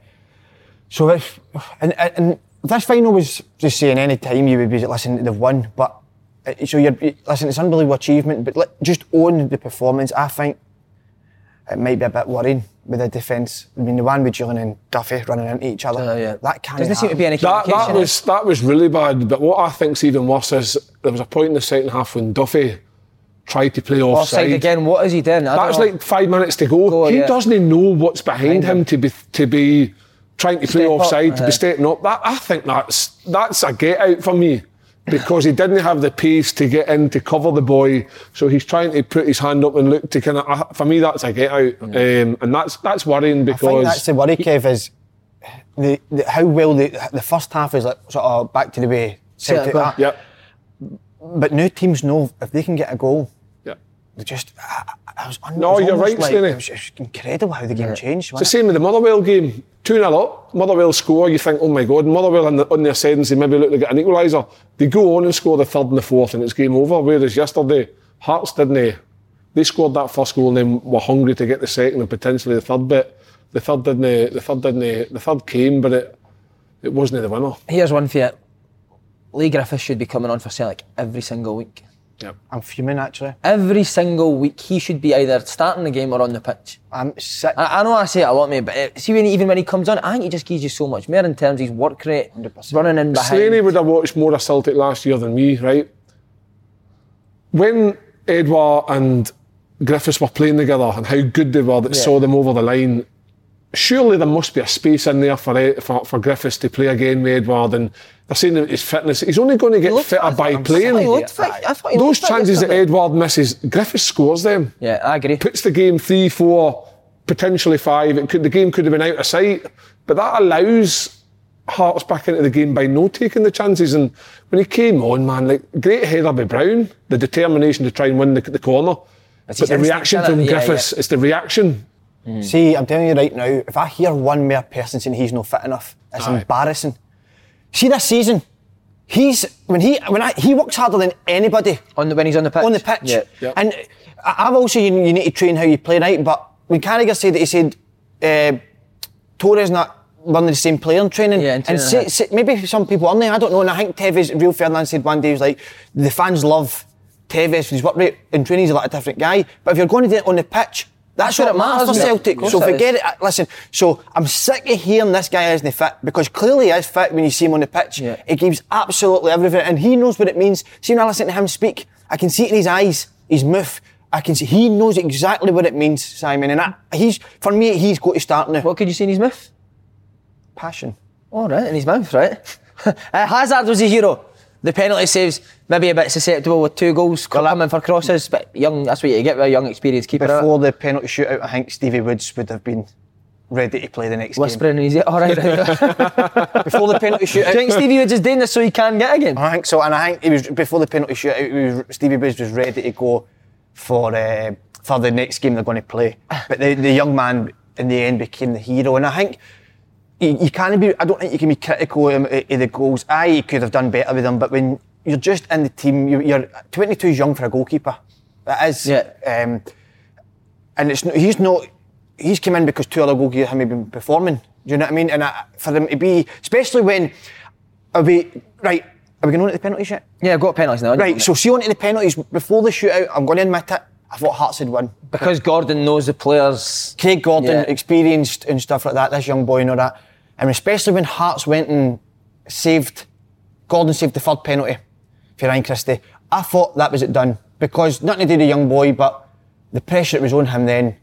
B: so if and, and and this final was just saying any time you would be listen they've won, but uh, so you're you- listen it's unbelievable achievement, but let, just own the performance. I think it might be a bit worrying with the defence. I mean the one with Julian and Duffy running into each other.
A: Oh, yeah.
B: That can't.
A: Doesn't seem to
B: happen.
A: be any
C: That,
A: communication.
C: that
A: eh?
C: was that was really bad. But what I think's even worse is there was a point in the second half when Duffy tried to play offside.
A: offside again. What is he doing? I
C: That's
A: don't know.
C: like five minutes to go.
A: Go,
C: he
A: yeah.
C: doesn't know what's behind
A: Behind him.
C: him to be to be trying to play
A: Step up,
C: offside, to
A: uh-huh.
C: be stepping up. That I think that's that's a get out for me. Because he didn't have the pace to get in to cover the boy, so he's trying to put his hand up and look to kind of. For me, that's a get out, um, and that's that's worrying
B: I think
C: because
B: that's the worry, Kev, is the, the, how well the, the first half is like sort of back to the way Celtic
A: go.
B: are.
C: yeah,
B: But now teams know if they can get a goal,
C: yeah.
B: they just. I, I- I was un-
C: No,
B: it was
C: you're
B: almost
C: right,
B: like,
C: Steenie.
B: It was, it was incredible how the game changed.
C: It's the
B: wasn't it?
C: same with the Motherwell game. 2 0 up, Motherwell score, you think, oh my God, Motherwell on, the, on their sides, they maybe look to get an equaliser. They go on and score the third and the fourth, and it's game over. Whereas yesterday, Hearts didn't they? They scored that first goal and then were hungry to get the second and potentially the third bit. The third didn't, they- the third didn't, they- the third came, but it, it wasn't the winner.
A: Here's one for you. Lee Griffiths should be coming on for Celtic every single week.
B: I'm fuming actually.
A: Every single week, he should be either starting the game or on the pitch.
B: I'm sick.
A: I, I know I say it a lot, mate, but uh, see, when, even when he comes on, I think he just gives you so much more in terms of his work rate,
B: 100%.
A: running in behind.
C: Slaney would have watched more of Celtic last year than me, right? When Edouard and Griffiths were playing together and how good they were that
A: Yeah.
C: saw them over the line, surely there must be a space in there for, Ed- for, for Griffiths to play again with Edouard. And they're saying that his fitness, he's only going to get
A: looked- I
C: fitter
A: thought-
C: by
A: I'm sorry, he
C: playing.
A: looked fit. I thought he
C: Those
A: looked fit
C: chances that
A: yesterday.
C: Edouard misses, Griffiths scores them
A: Yeah, I agree.
C: puts the game three, four, potentially five. It could, the game could have been out of sight, but that allows Hearts back into the game by no taking the chances. And when he came on, man, like great header by Brown, the determination to try and win the, the corner.
A: It's his
C: but the
A: instinct,
C: reaction
A: isn't
C: from
A: it? Yeah,
C: Griffiths, it's the reaction.
B: See, I'm telling you right now, if I hear one more person saying he's not fit enough, it's
C: Aye.
B: embarrassing. See this season, he's when he when I, he works harder than anybody
A: On the, when he's on the pitch.
B: on the pitch.
A: Yeah.
B: And I- I've also you, you need to train how you play right, but when Carragher said that he said uh, Torres not learning the same player in training,
A: Yeah, in training,
B: and say-
A: uh-huh.
B: say- maybe some people aren't. they? I don't know. And I think Tevez, Real Ferdinand said one day he was like, the fans love Tevez. His work rate in training is a lot different guy. But if you're going to do it on the pitch. That's,
A: That's what
B: what
A: it
B: it matters for
A: matters, yeah.
B: Celtic.
A: Of course
B: So
A: it is.
B: forget it. I- Listen, so I'm sick of hearing this guy isn't fit because clearly he is fit when you see him on the pitch.
A: Yeah.
B: He gives absolutely everything, and he knows what it means. See, when I listen to him speak, I can see it in his eyes, his mouth. I can see he knows exactly what it means, Simon. And I, he's for me, he's got to start now.
A: What could you see in his mouth?
B: Passion.
A: All right, in his mouth, right? uh, Hazard was a hero. The penalty saves maybe a bit susceptible with two goals coming for crosses, but young. That's what you get with a young, experienced keeper. innit?
B: Before the penalty shootout, I think Stevie Woods would have been ready to play the next game.
A: Whispering in his ear. All right.
B: Before the penalty
A: Do you
B: shootout.
A: think Stevie Woods is doing this so he can get again?
B: I think so, and I think he was before the penalty shootout. He was, Stevie Woods was ready to go for uh, for the next game they're going to play. But the, the young man in the end became the hero, and I think you, you can't be. I don't think you can be critical um, of, of the goals. Aye, you could have done better with them, but when you're just in the team, you, you're 22 is young for a goalkeeper. That is,
A: Yeah.
B: um, and it's n- he's not. He's come in because two other goalkeepers haven't been performing. Do you know what I mean? And I, for them to be, especially when are we right? Are we going on to the penalty shit?
A: Yeah, I've got penalties now. haven't I?
B: Right. So see on to the penalties before the shootout. I'm going to admit it. I thought Hearts had won.
A: because Gordon knows the players.
B: Craig Gordon,
A: Yeah.
B: experienced and stuff like that. This young boy and all that, and especially when Hearts went and saved. Gordon saved the third penalty for Ryan Christie. I thought that was it done because nothing to do with the young boy, but the pressure that was on him then.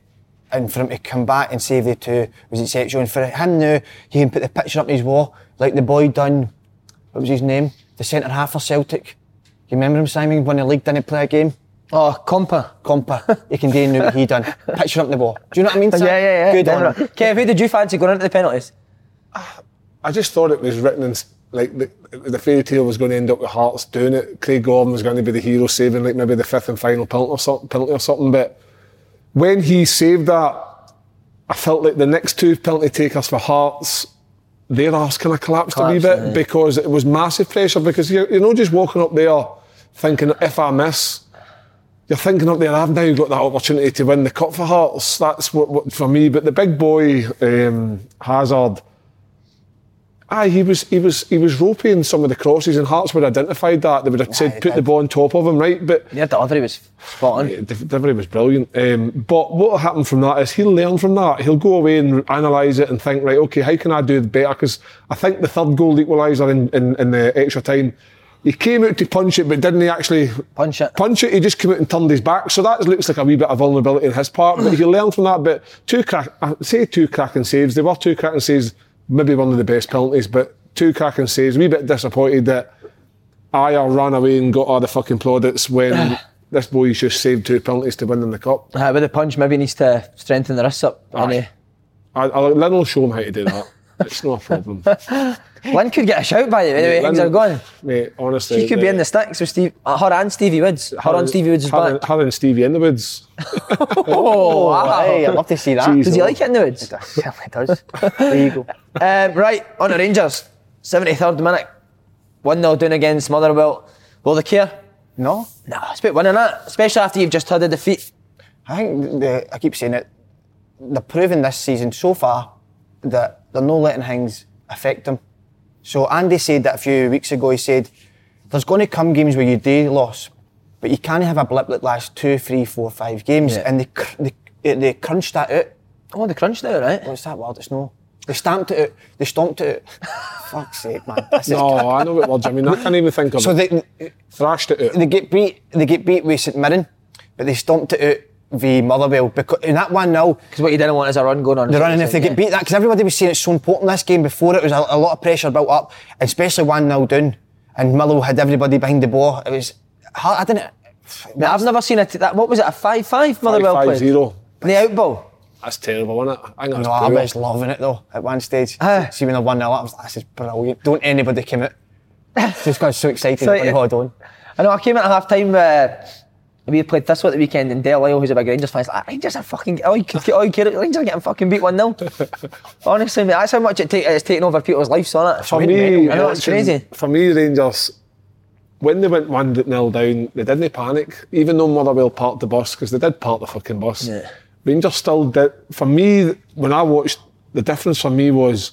B: And for him to come back and save the two was exceptional. And for him now, he can put the picture up on his wall, like the boy done what was his name? The centre half for Celtic. You remember him, Simon, when the league didn't play a game?
A: Oh, Compa.
B: Compa, you can do now what he done. Picture up the ball. Do you know what I mean? Simon?
A: Yeah, yeah, yeah.
B: Good on him.
A: definitely. Kev, who did you fancy going into the penalties?
C: I just thought it was written in s- like the, the fairy tale was going to end up with Hearts doing it. Craig Gordon was going to be the hero, saving like maybe the fifth and final penalty or something. Penalty or something. But when he saved that, I felt like the next two penalty takers for Hearts, their arse kind of collapsed a wee
A: Collapsed,
C: bit
A: yeah.
C: because it was massive pressure. Because you're, you're not just walking up there thinking if I miss, you're thinking up there, I've now got that opportunity to win the cup for Hearts. That's what, what for me. But the big boy um, Hazard, aye, he was he was he was ropey in some of the crosses, and Hearts would have identified that. They would have said,
B: he
C: put the
B: did.
C: ball on top of him, right? But
A: Yeah, the other he was spot on.
C: the delivery was brilliant. Um, but what will happen from that is he'll learn from that. He'll go away and analyse it and think, right, okay, how can I do better? Because I think the third goal equaliser in, in, in the extra time, he came out to punch it, but didn't he actually
A: Punch it.
C: Punch it. He just came out and turned his back. So that looks like a wee bit of vulnerability in his part. But he'll learn from that. But two crack, I say two cracking saves. They were two cracking saves. Maybe one of the best penalties, but two cracking saves. Wee bit disappointed that. Ayer ran away and got all the fucking plaudits when this boy's just saved two penalties to win them the cup.
A: Uh, with the punch, maybe he needs to strengthen the wrists up.
C: Aye. I, I, Lynn will show him how to do that. It's not a problem.
A: Any- Lynn could get a shout by the way, the way things are going.
C: Mate, honestly.
A: She could be in the sticks with Steve, uh, her and Stevie Woods. Her, and Stevie Woods'
C: her,
A: back.
C: and- her and Stevie in the woods.
A: oh, wow.
B: Aye, I'd love to see that.
C: Jeez.
A: Does he like it in the woods?
B: It certainly does. There you go.
A: Um, right, on the Rangers, 73rd minute, 1 0 down against Motherwell. Will they care?
B: No,
A: No, it's about winning that, especially after you've just had a defeat.
B: I think the, I keep saying it. They're proving this season so far that they're not letting things affect them. So Andy said that a few weeks ago. He said there's going to come games where you do loss, but you can't have a blip that lasts two, three, four, five games,
A: Yeah.
B: and they, cr- they they crunch that out.
A: Oh, the crunch now, right?
B: What's that word? It's no. They stamped it out. They stomped it out. Fuck's sake, man. This is-
C: No, I know what words. I mean, I can't even think of
B: So
C: it.
B: they,
C: Thrashed it out.
B: they get beat. They get beat with St Mirren, but they stomped it out with Motherwell because in that one 0
A: Because what you didn't want is a run going on.
B: they're running. If they
A: Yeah.
B: get beat that, because everybody was saying it's so important this game before it was a, a lot of pressure built up, especially one 0 down, and Motherwell had everybody behind the ball. It was hard. I didn't.
A: Now, I've never seen a t- that. What was it? A five-five Motherwell
C: Five,
A: played.
C: five, zero.
A: The out ball.
C: That's terrible, isn't it? I think that's
B: No, I
C: brutal.
B: was loving it though. At one stage,
A: Aye.
B: see when they one 0 I was like, "This is brilliant." Don't anybody come out. Just got so excited
A: So,
B: when they
A: yeah.
B: hold on.
A: I know I came in at half time. Uh, We played this at the weekend and Del Lyle, who's a big Rangers fan, is like, Rangers are fucking, oh, you, could- oh, you care, Rangers are getting fucking beat 1 0. Honestly, mate, that's how much it take, it's taking over people's lives, on it?
C: For me,
A: I know, it's
C: watching-
A: crazy.
C: For me, Rangers, when they went 1 0 down, they didn't panic, even though Motherwell parked the bus, because they did park the fucking bus.
A: Yeah.
C: Rangers still did. For me, when I watched, the difference for me was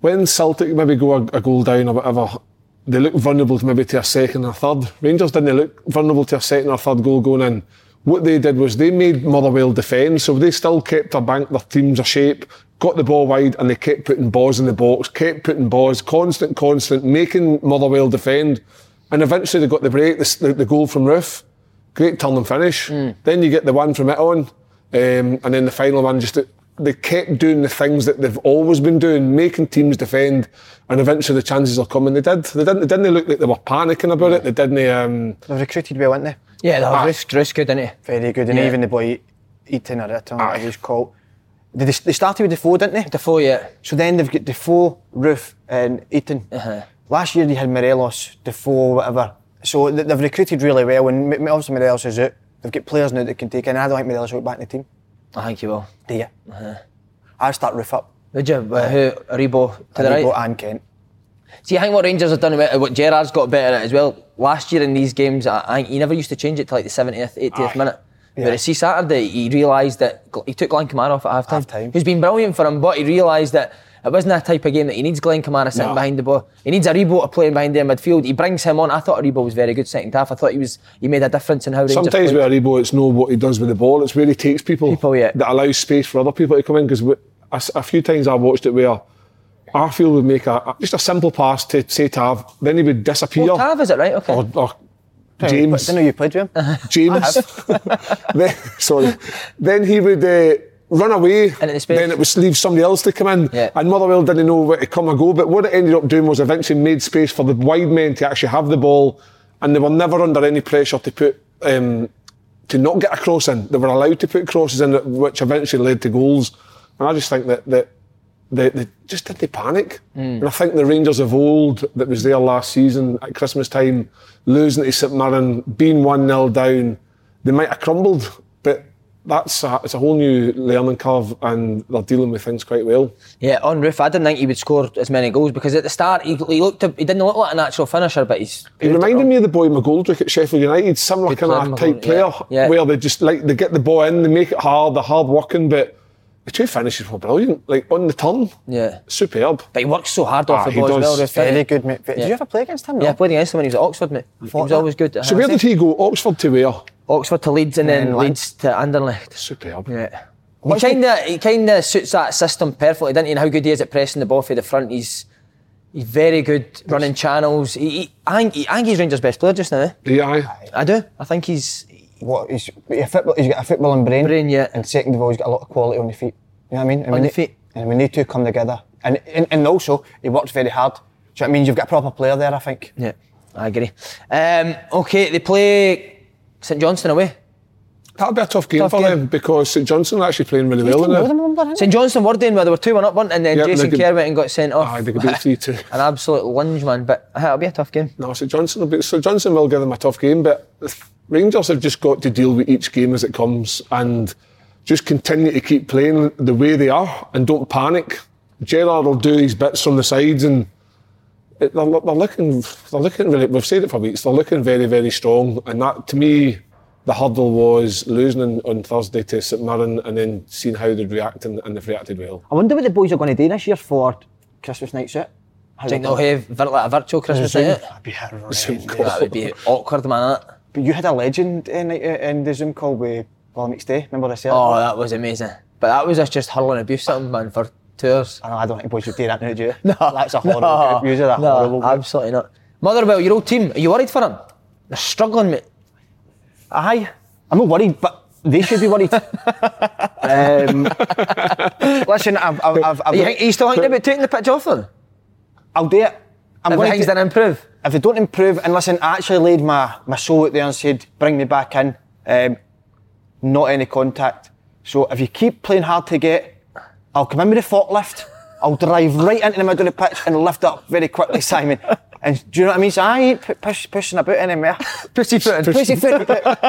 C: when Celtic maybe go a, a goal down or whatever, they look vulnerable to maybe to a second or third. Rangers didn't look vulnerable to a second or third goal going in. What they did was they made Motherwell defend, so they still kept their bank, their teams a shape, got the ball wide, and they kept putting balls in the box, kept putting balls, constant, constant, making Motherwell defend. And eventually they got the break, the, s- the, the goal from Roof. Great turn and finish.
A: Mm.
C: Then you get the one from it on. Um, and then the final one, just that they kept doing the things that they've always been doing, making teams defend, and eventually the chances are coming. They did. They didn't. They didn't look like they were panicking about it. They didn't. Um,
D: They've recruited well, haven't they?
A: Yeah, that was Roos, Roos good, didn't he?
D: Very good. And
A: Yeah.
D: even the boy Eaton or Eaton, whatever he's called. Did they, they started with Defoe, didn't they?
A: Defoe, yeah.
D: So then they've got Defoe, Roof, and Eaton.
A: Uh-huh.
D: Last year they had Morelos, Defoe, whatever. So th- they've recruited really well, and m- obviously Morelos is out. They've got players now that can take, in. I don't think Morelos will be back in the team.
A: I think you will.
D: Do you? I'd start Roof up.
A: Would you? Uh, who? Rebo to the
D: and
A: right?
D: Rebo and Kent.
A: See, I think what Rangers have done, about- what Gerard's got better at as well. Last year in these games, I, I think he never used to change it till like the 70th, 80th minute. But see Saturday, he realised that Gl- he took Glenn Kamara off at half time.
D: Half-time.
A: Who's been brilliant for him, but he realised that it wasn't that type of game that he needs Glenn Kamara sitting
C: No.
A: behind the ball. He needs Aribo to play behind their midfield. He brings him on. I thought Aribo was very good second half. I thought he was he made a difference in how Rangers
C: sometimes
A: played.
C: with Aribo, it's not what he does with the ball. It's where he takes people.
A: People, yeah.
C: That allows space for other people to come in because a few times I watched it where. Arfield would make a, a- just a simple pass to say Tav, then he would disappear.
A: Oh, Tav, is it right? Okay.
C: Or, or
D: But
C: James.
D: didn't know you played with him.
C: James. then, sorry. Then he would uh, run away.
A: And at the space.
C: Then it was leave somebody else to come in.
A: Yeah.
C: And Motherwell didn't know where to come or go. But what it ended up doing was eventually made space for the wide men to actually have the ball. And they were never under any pressure to put um, to not get a cross in. They were allowed to put crosses in, which eventually led to goals. And I just think that that they, they just did they panic.
A: Hmm.
C: And I think the Rangers of old that was there last season at Christmas time, losing to St Mirren, being one 0 down, they might have crumbled. But that's a, it's a whole new learning curve, and they're dealing with things quite well.
A: Yeah, on roof. I didn't think he would score as many goals because at the start he, he looked he didn't look like a natural finisher, but he's
C: He reminded me of the boy McGoldrick at Sheffield United, similar
A: Good
C: kind
A: player,
C: of type
A: McGoldrick,
C: player,
A: yeah, yeah.
C: where they just like they get the ball in, they make it hard, they're hard working, but the two finishes were brilliant. Like on the turn,
A: Yeah.
C: superb.
A: But he works so hard
C: Ah,
A: off the
C: he
A: ball
C: does.
A: as well. Roof, didn't
D: Very
A: he?
D: good, mate. Did
A: Yeah.
D: you ever play against him?
A: Yeah, I
D: No.
A: played against him when he was at Oxford, mate. He was
D: that.
A: always good.
C: So where did he go? Oxford to where?
A: Oxford to Leeds and then Leeds to Anderlecht.
C: Superb.
A: Yeah. He kind of he kind of suits that system perfectly, doesn't he? And how good he is at pressing the ball for the front. He's he's very good running channels. He, he, I, think, he- I think he's Rangers' best player just now. eh?
C: Yeah, aye.
A: I do. I think he's
B: what he's, a football, he's got a footballing brain.
A: Brain, yeah.
B: And second of all, he's got a lot of quality on the feet. You know what I mean? And
A: On
B: when
A: the
B: they-
A: feet.
B: And when they two come together, and, and and also he works very hard. So it means you've got a proper player there. I think.
A: Yeah, I agree. Um, okay, they play St Johnston away.
C: That'll be a tough game
A: Tough
C: for
A: game.
C: them because St Johnson are actually playing really well now.
A: St Johnston were doing well. They were 2 1 up, weren't they? And then
C: Yep, they
A: Jason
C: could-
A: Kerr went and got sent off.
C: Aye, they could beat 3-2.
A: An absolute lunge, man. But uh, it'll be a tough game.
C: No, St Johnson will be, St Johnson will give them a tough game, but Rangers have just got to deal with each game as it comes and just continue to keep playing the way they are and don't panic. Gerard will do his bits from the sides and it, they're, look- they're looking they're looking really we've said it for weeks, they're looking very, very strong. And that to me the hurdle was losing on, on Thursday to St Mirren and then seeing how they'd react and, and they've reacted well.
B: I wonder what the boys are going to do this year for Christmas night set.
A: I think they'll have vir- like a virtual Christmas night. out.
B: That'd be
C: Zoom
B: horrendous.
C: call.
A: That would be awkward, man. innit?
B: But you had a legend in, the- in the Zoom call with Paul Day. Remember I said?
A: Oh, that was amazing. But that was us just hurling abuse at him, man, for tours.
B: I know, I don't think boys would do that now, do you? That's a horrible group. You're a
A: no,
B: horrible group.
A: absolutely not. Motherwell, your old team, are you worried for them? They're struggling, mate.
B: Aye. I'm not worried, but they should be worried. um, listen, I've, I've, I've,
A: Are you,
B: I've
A: think, are you still thinking about taking the pitch off them?
B: I'll do it. I'm
A: If
B: gonna
A: things
B: do-
A: didn't improve.
B: if they don't improve, and listen, I actually laid my, my soul out there and said, bring me back in. Um, not any contact. So if you keep playing hard to get, I'll come in with a forklift. I'll drive right into the middle of the pitch and lift up very quickly, Simon. And do you know what I mean? So I ain't pu- push, pushing about anymore.
A: Pussy footing.
B: Pussy foot. about.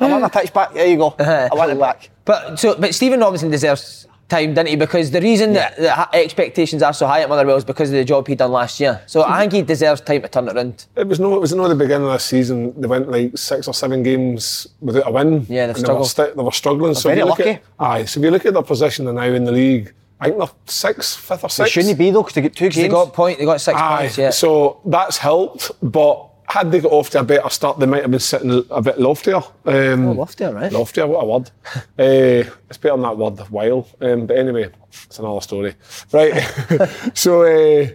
B: I want my pitch back. There you go. I want it back.
A: But so, but Stephen Robinson deserves time, didn't he? Because the reason that, that ha- expectations are so high at Motherwell is because of the job he done last year. So
B: Mm-hmm.
A: I think he deserves time to turn it around.
C: It was no, it was no the beginning of the season. They went like six or seven games without a win.
A: Yeah, they've
C: and they were,
A: struggled.
C: sti- they were struggling. So if
B: very
C: you look
B: lucky.
C: At, aye, so if you look at their position now in the league, I think they're sixth, fifth or
B: It
C: sixth.
B: shouldn't be though, because they get two
A: They
B: games.
A: got point. They got six
C: Aye,
A: points. Yeah.
C: so that's helped. But had they got off to a better start, they might have been sitting a bit loftier. Um,
A: Oh, loftier, right.
C: Loftier, what a word. uh, it's better than that word, while. Um, but anyway, it's another story. Right, so... Uh,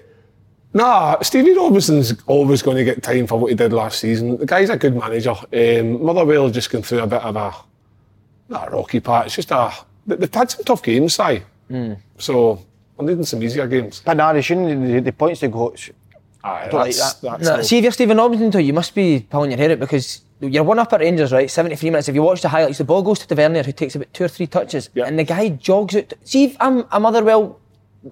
C: Nah, Stevie Robinson's always going to get time for what he did last season. The guy's a good manager. Um, Motherwell have just gone through a bit of a not a rocky patch. Just a they- they've had some tough games, Si.
A: Hmm.
C: So I'm needing some easier games.
B: But nah, they shouldn't. The, the points they got. sh-
C: Aye,
B: Don't like
C: that's,
B: that.
C: that's
A: No,
C: no.
A: see if you're Stephen Robinson, though, you must be pulling your hair out because you're one up at Rangers, right? 73 minutes. If you watch the highlights, the ball goes to Tavernier, who takes about two or three touches,
C: Yeah.
A: and the guy jogs it. See if I'm a Motherwell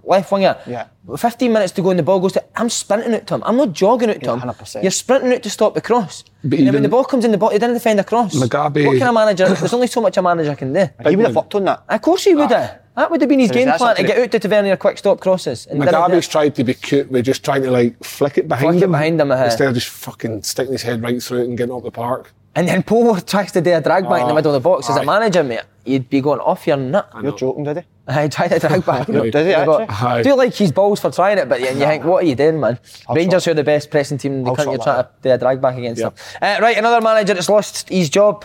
A: left winger.
B: Yeah.
A: 15 minutes to go, and the ball goes to. I'm sprinting it to him. I'm not jogging it to him.
B: 100%.
A: You're sprinting it to stop the cross.
C: But
A: and then when
C: even-
A: the ball comes in the ball, he didn't defend the cross.
C: Mugabe-
A: What can a manager? there's only so much a manager can do.
B: He would have worked on that.
A: Of course he
C: Ah.
A: would have. That would have been his game
B: that's
A: plan to
B: something-
A: get out to Tavernier quick stop crosses. And didn't do it.
C: Mugabe's tried to be cute. We're just trying to like flick it behind
A: Flick it
C: him
A: behind him, uh-huh. aye.
C: instead of just fucking sticking his head right through it and getting up the park.
A: And then Paul tries to do a drag back in the
C: Ah,
A: middle of the box. As a
C: aye.
A: manager, mate, you'd be going off your nut.
B: You're joking, did he?
A: I tried to drag back.
C: Does he actually?
A: I
C: Aye.
A: do like he's balls for trying it, but then you think, what are you doing, man? Rangers who are the best pressing team in the
B: I'll
A: country. You're
B: sort
A: trying to
B: that
A: do a drag back against
C: Yeah.
A: them. Uh, right, another manager that's lost his job.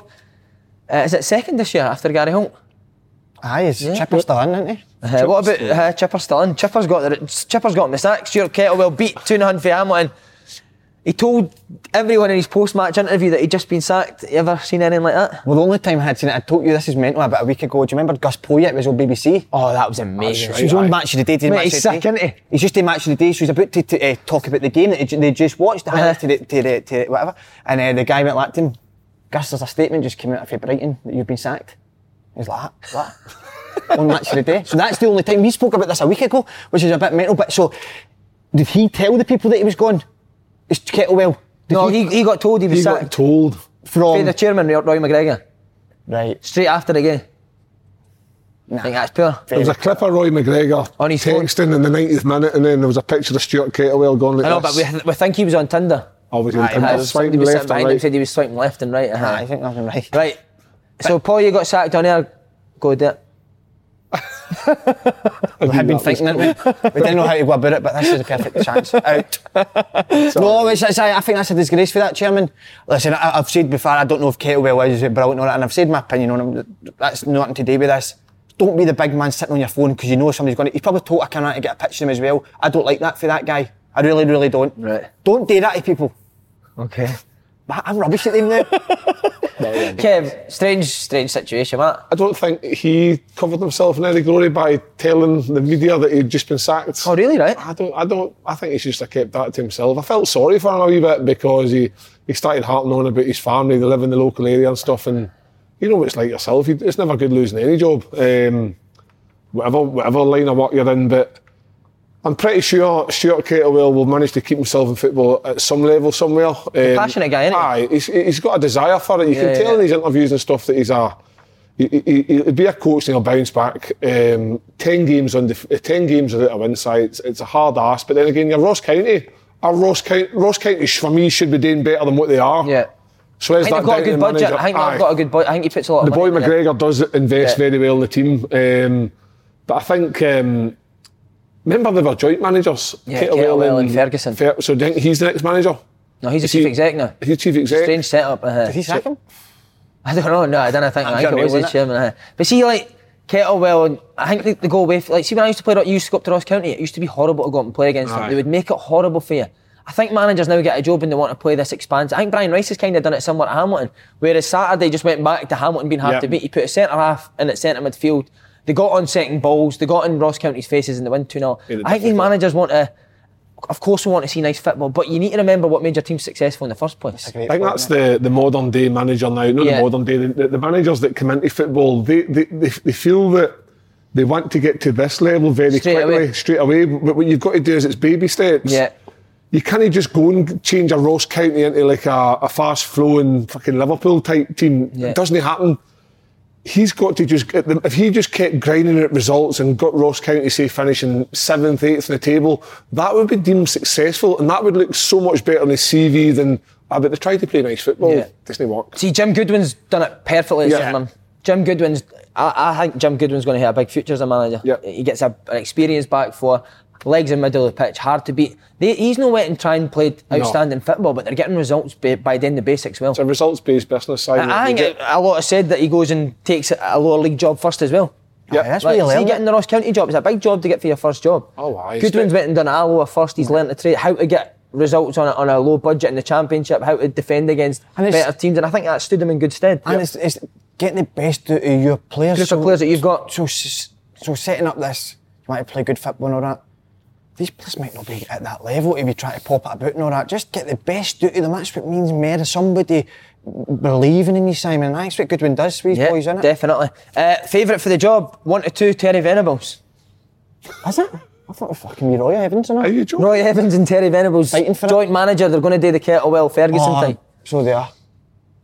A: Uh, is it second this year after Gary Holt?
B: Aye, is Chipper's still in, isn't he?
A: Uh, what about uh, Chipper still in? Chipper's got the Chipper's got him the sack. Stuart Kettlewell beat two and a half for Hamilton. He told everyone in his post-match interview that he'd just been sacked. You ever seen anything like that?
B: Well, the only time I had seen it, I told you this is mental about a week ago. Do you remember Gus Poyet It was on BBC?
A: Oh, that was amazing.
B: It was on Match of the Day. did
A: Mate,
B: match
A: he's
B: of the
A: sick,
B: day.
A: isn't he?
B: He's just in Match of the Day, so he's about to, to uh, talk about the game that they, they just watched, the highlights to, the, to, the, to the whatever. And uh, the guy went like to him, Gus, there's a statement just came out of you, Brighton, that you've been sacked. He's like, what? what? on Match of the Day. So that's the only time we spoke about this a week ago, which is a bit mental. But so, did he tell the people that he was gone? It's Kettlewell. Did
A: No, he, he got told he was
C: He got
A: sacked.
C: told.
A: by
B: from
A: the chairman, Roy Roy McGregor,
B: right.
A: straight after the game. I think that's poor.
C: There was a clip of Roy McGregor
A: On his phone.
C: texting in the 90th minute, and then there was a picture of Stuart Kettlewell going like
A: I know, but
C: this.
A: we, we think he was on Tinder.
C: Obviously,
A: Aye, aye,
C: Tinder,
A: somebody
C: swiping
A: was
C: left
A: sitting
C: and
A: behind him
C: right.
A: said he was swiping left and right. aye.
B: I think that's right.
A: Right. So Paul, you got sacked on air. Go do it.
B: We had been thinking it. We, we didn't know how to go about it, but this is a perfect chance. Out. no, it's, it's, I, I think that's a disgrace for that chairman. Listen, I, I've said before, I don't know if Kettlewell is brilliant or not, and I've said my opinion on him. That's nothing to do with this. Don't be the big man sitting on your phone because you know somebody's going to. He's probably told I can't to get a picture of him as well. I don't like that for that guy. I really, really don't.
A: Right.
B: Don't do that to people.
A: Okay.
D: I- I'm rubbish at them now.
A: Kev, strange, strange situation, that.
C: I don't think he covered himself in any glory by telling the media that he'd just been sacked.
A: Oh, really, right?
C: I don't. I don't. I think he should have kept that to himself. I felt sorry for him a wee bit because he he started harping on about his family, they live in the local area and stuff, and you know what it's like yourself. You, it's never good losing any job, um, whatever whatever line of work you're in. But I'm pretty sure Stuart Catterwell will manage to keep himself in football at some level somewhere. Um,
A: passionate guy, innit?
C: Aye, he's, he's got a desire for it. You
A: Yeah,
C: can tell
A: yeah.
C: in his interviews and stuff that he's a he- he- he'll be a coach and he'll bounce back. Um, ten games on the uh, ten games without a win, so it's, it's a hard ass. But then again, you're Ross County. Are Ross County Ross County sh- for me should be doing better than what they are.
A: Yeah.
C: So is
A: I think they've got a
C: that down to
A: good
C: the
A: budget.
C: manager?
A: I think
C: Aye.
A: they've got a good budget. I think he puts a lot
C: The
A: of
C: boy
A: money in there.
C: McGregor does invest
A: Yeah.
C: very well in the team. Um, but I think um, remember they were joint managers.
A: Yeah,
C: Kettlewell
A: Kettlewell and Ferguson.
C: Fer- so do you think he's the next manager?
A: No, he's a
C: Is
A: chief
C: he-
A: exec now.
C: He's chief exec.
A: Strange setup. Uh,
D: Did he sack him?
A: I don't know. No, I don't think. I think
D: sure
A: it
D: he
A: was
D: will,
A: his
D: innit?
A: chairman. aye. But see, like Kettlewell, and I think they, they go away. f- Like, see, when I used to play, you used to go up to Ross County. It used to be horrible to go up and play against them.
C: Aye.
A: They would make it horrible for you. I think managers now get a job and they want to play this expanse. I think Brian Rice has kind of done it somewhat at Hamilton, whereas Saturday just went back to Hamilton being hard
C: Yeah.
A: to beat. He put a centre half in at centre midfield. They got on second balls. They got in Ross County's faces and they win 2 0. I
C: Yeah, they
A: think these
C: definitely-
A: managers want to, of course, we want to see nice football, but you need to remember what made your team successful in the first place.
C: I think that's the, the modern day manager now. Not
A: Yeah.
C: the modern day. The, the managers that come into football, they, they, they, they feel that they want to get to this level very
A: Straight
C: quickly,
A: away.
C: straight away. But what you've got to do is it's baby steps.
A: Yeah.
C: You can't just go and change a Ross County into like a, a fast flowing fucking Liverpool type team.
A: Yeah.
C: It doesn't happen. He's got to just get them. If he just kept grinding at results and got Ross County, say, finishing seventh, eighth in the table, that would be deemed successful and that would look so much better on his CV than, ah, but they tried to play nice football.
A: Yeah.
C: Doesn't work?
A: See, Jim Goodwin's done it perfectly.
C: Yeah.
A: Yeah. Jim Goodwin's. I, I think Jim Goodwin's going to have a big future as a manager.
C: Yeah.
A: He gets a, an experience back for legs in middle of the pitch, hard to beat. They, he's no went and tried and played outstanding football, but they're getting results by, by doing the basics well.
C: It's a results based business side.
A: I, I think it, a lot of said that he goes and takes a lower league job first as well.
C: Yeah.
D: that's
A: Like,
D: what you
A: see,
D: learn.
A: getting the Ross County job is a big job to get for your first job.
C: Oh, aye,
A: Goodwin's
C: it's-
A: went and done oh, a lower first. He's learnt the trade, how to get results on a, on a low budget in the championship, how to defend against
D: And it's-
A: better teams, and I think that stood him in good stead.
D: And it's, it's getting the best out of your players.
A: Just the players that you've got.
D: So, s- so setting up this, you want to play good football and all that. These players might not be at that level to be trying to pop it about and all that. Just get the best out of them. That's what means more of somebody believing in you, Simon. And That's what Goodwin does for these
A: Yeah,
D: boys, isn't it?
A: definitely. Uh, Favourite for the job, one to two, Terry Venables.
D: Is it? I thought it was fucking be Roy Evans and all.
C: Are you joking?
A: Roy Evans and Terry Venables,
D: Fighting for it.
A: joint manager. They're going to do the Kettlewell Ferguson
D: Oh,
A: thing.
D: So they are.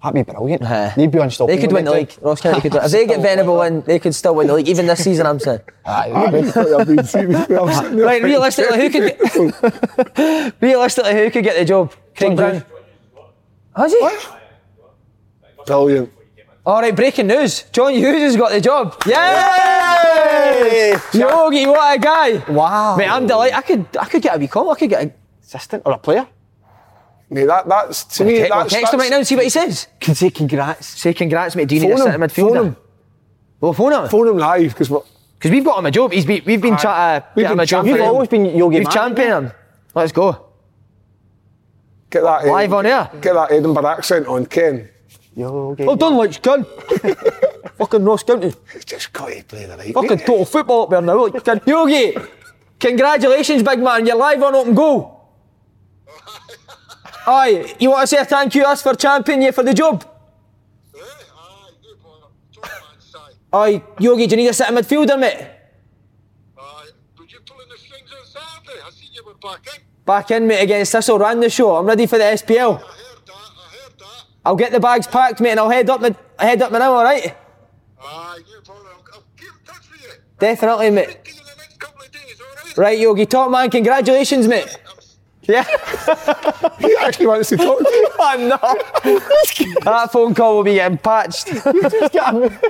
D: That'd be brilliant.
A: Aye.
D: They'd be unstoppable.
A: They could win the league.
D: wouldn't
A: Ross County could. win- If they get Venable in, they could still win the league, even this season. I'm saying.
D: Aye, that'd be-
A: Right,
C: Right,
A: realistically, who could get, realistically who could get the job? Craig Brown. Has he?
C: Brilliant.
A: All right, Oh, breaking news. John Hughes has got the job. Yay! Yogi, what a guy!
D: wow.
A: Mate, I'm delighted. I could, I could get a wee call. I could get a.
D: assistant or a player.
C: Mate, that, that's to me.
A: Te-
C: That's,
A: text him right now and see what he says.
D: Can say congrats.
A: Say congrats, mate. Do you need a
C: Phone
A: centre
C: him. Phone
A: midfielder?
C: him.
A: Well, phone him.
C: Phone him live because we're.
A: Because we've got him a job. He's be, we've been
C: Aye.
A: trying to
C: We've
A: get him
C: been
A: a job.
C: championing
D: You've
C: him.
D: always been Yogi
A: We've
D: Man.
A: championed him. Let's go.
C: Get that Ed-
A: Live on air.
C: Get that Edinburgh accent on, Ken.
D: Yogi.
A: Well done, like gun. Fucking Ross County.
C: He's just got to play the right.
A: Fucking
C: way.
A: total football up there now. Like, gun. Yogi, congratulations, big man. You're live on open goal. Aye, you want to say a thank you us for championing you for the job? Aye, Yogi, do you need a centre midfielder, mate? Back in, mate, against Thistle. Ran the show. I'm ready for the SPL. I'll get the bags packed, mate, and I'll head up my head up my now. All right? Definitely, mate. Right, Yogi, top man. Congratulations, mate. Yeah,
C: He actually wants to talk to you.
A: I'm not. that phone call will be getting patched. you just got a move.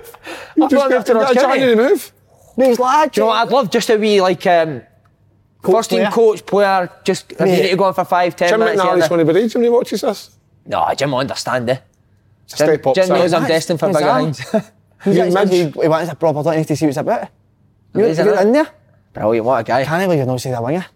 A: I'm
C: Just
A: going
C: get,
A: after
C: get
A: Ross
C: a
A: County.
C: January
A: Do
C: move.
D: He's large.
A: you know what? I'd love just a wee like um, first team
D: player.
A: coach player. Just if you
D: Mate.
A: need to go on for five, ten
C: Jim
A: minutes. here and
C: McNally's
A: there.
C: going to be raging when he watches this.
A: No, Jim, I understand it.
C: Step up,
A: Jim
C: Sam.
A: knows I'm
D: That's
A: destined for bigger
D: bizarre.
A: things.
D: He's
C: You
D: like,
C: nudge.
D: he, he wants a proper opportunity to see what it's about. You're,
A: Amazing,
D: you're
A: isn't
D: in there.
A: Brilliant, what a guy.
D: Can't believe you've not seen that winger.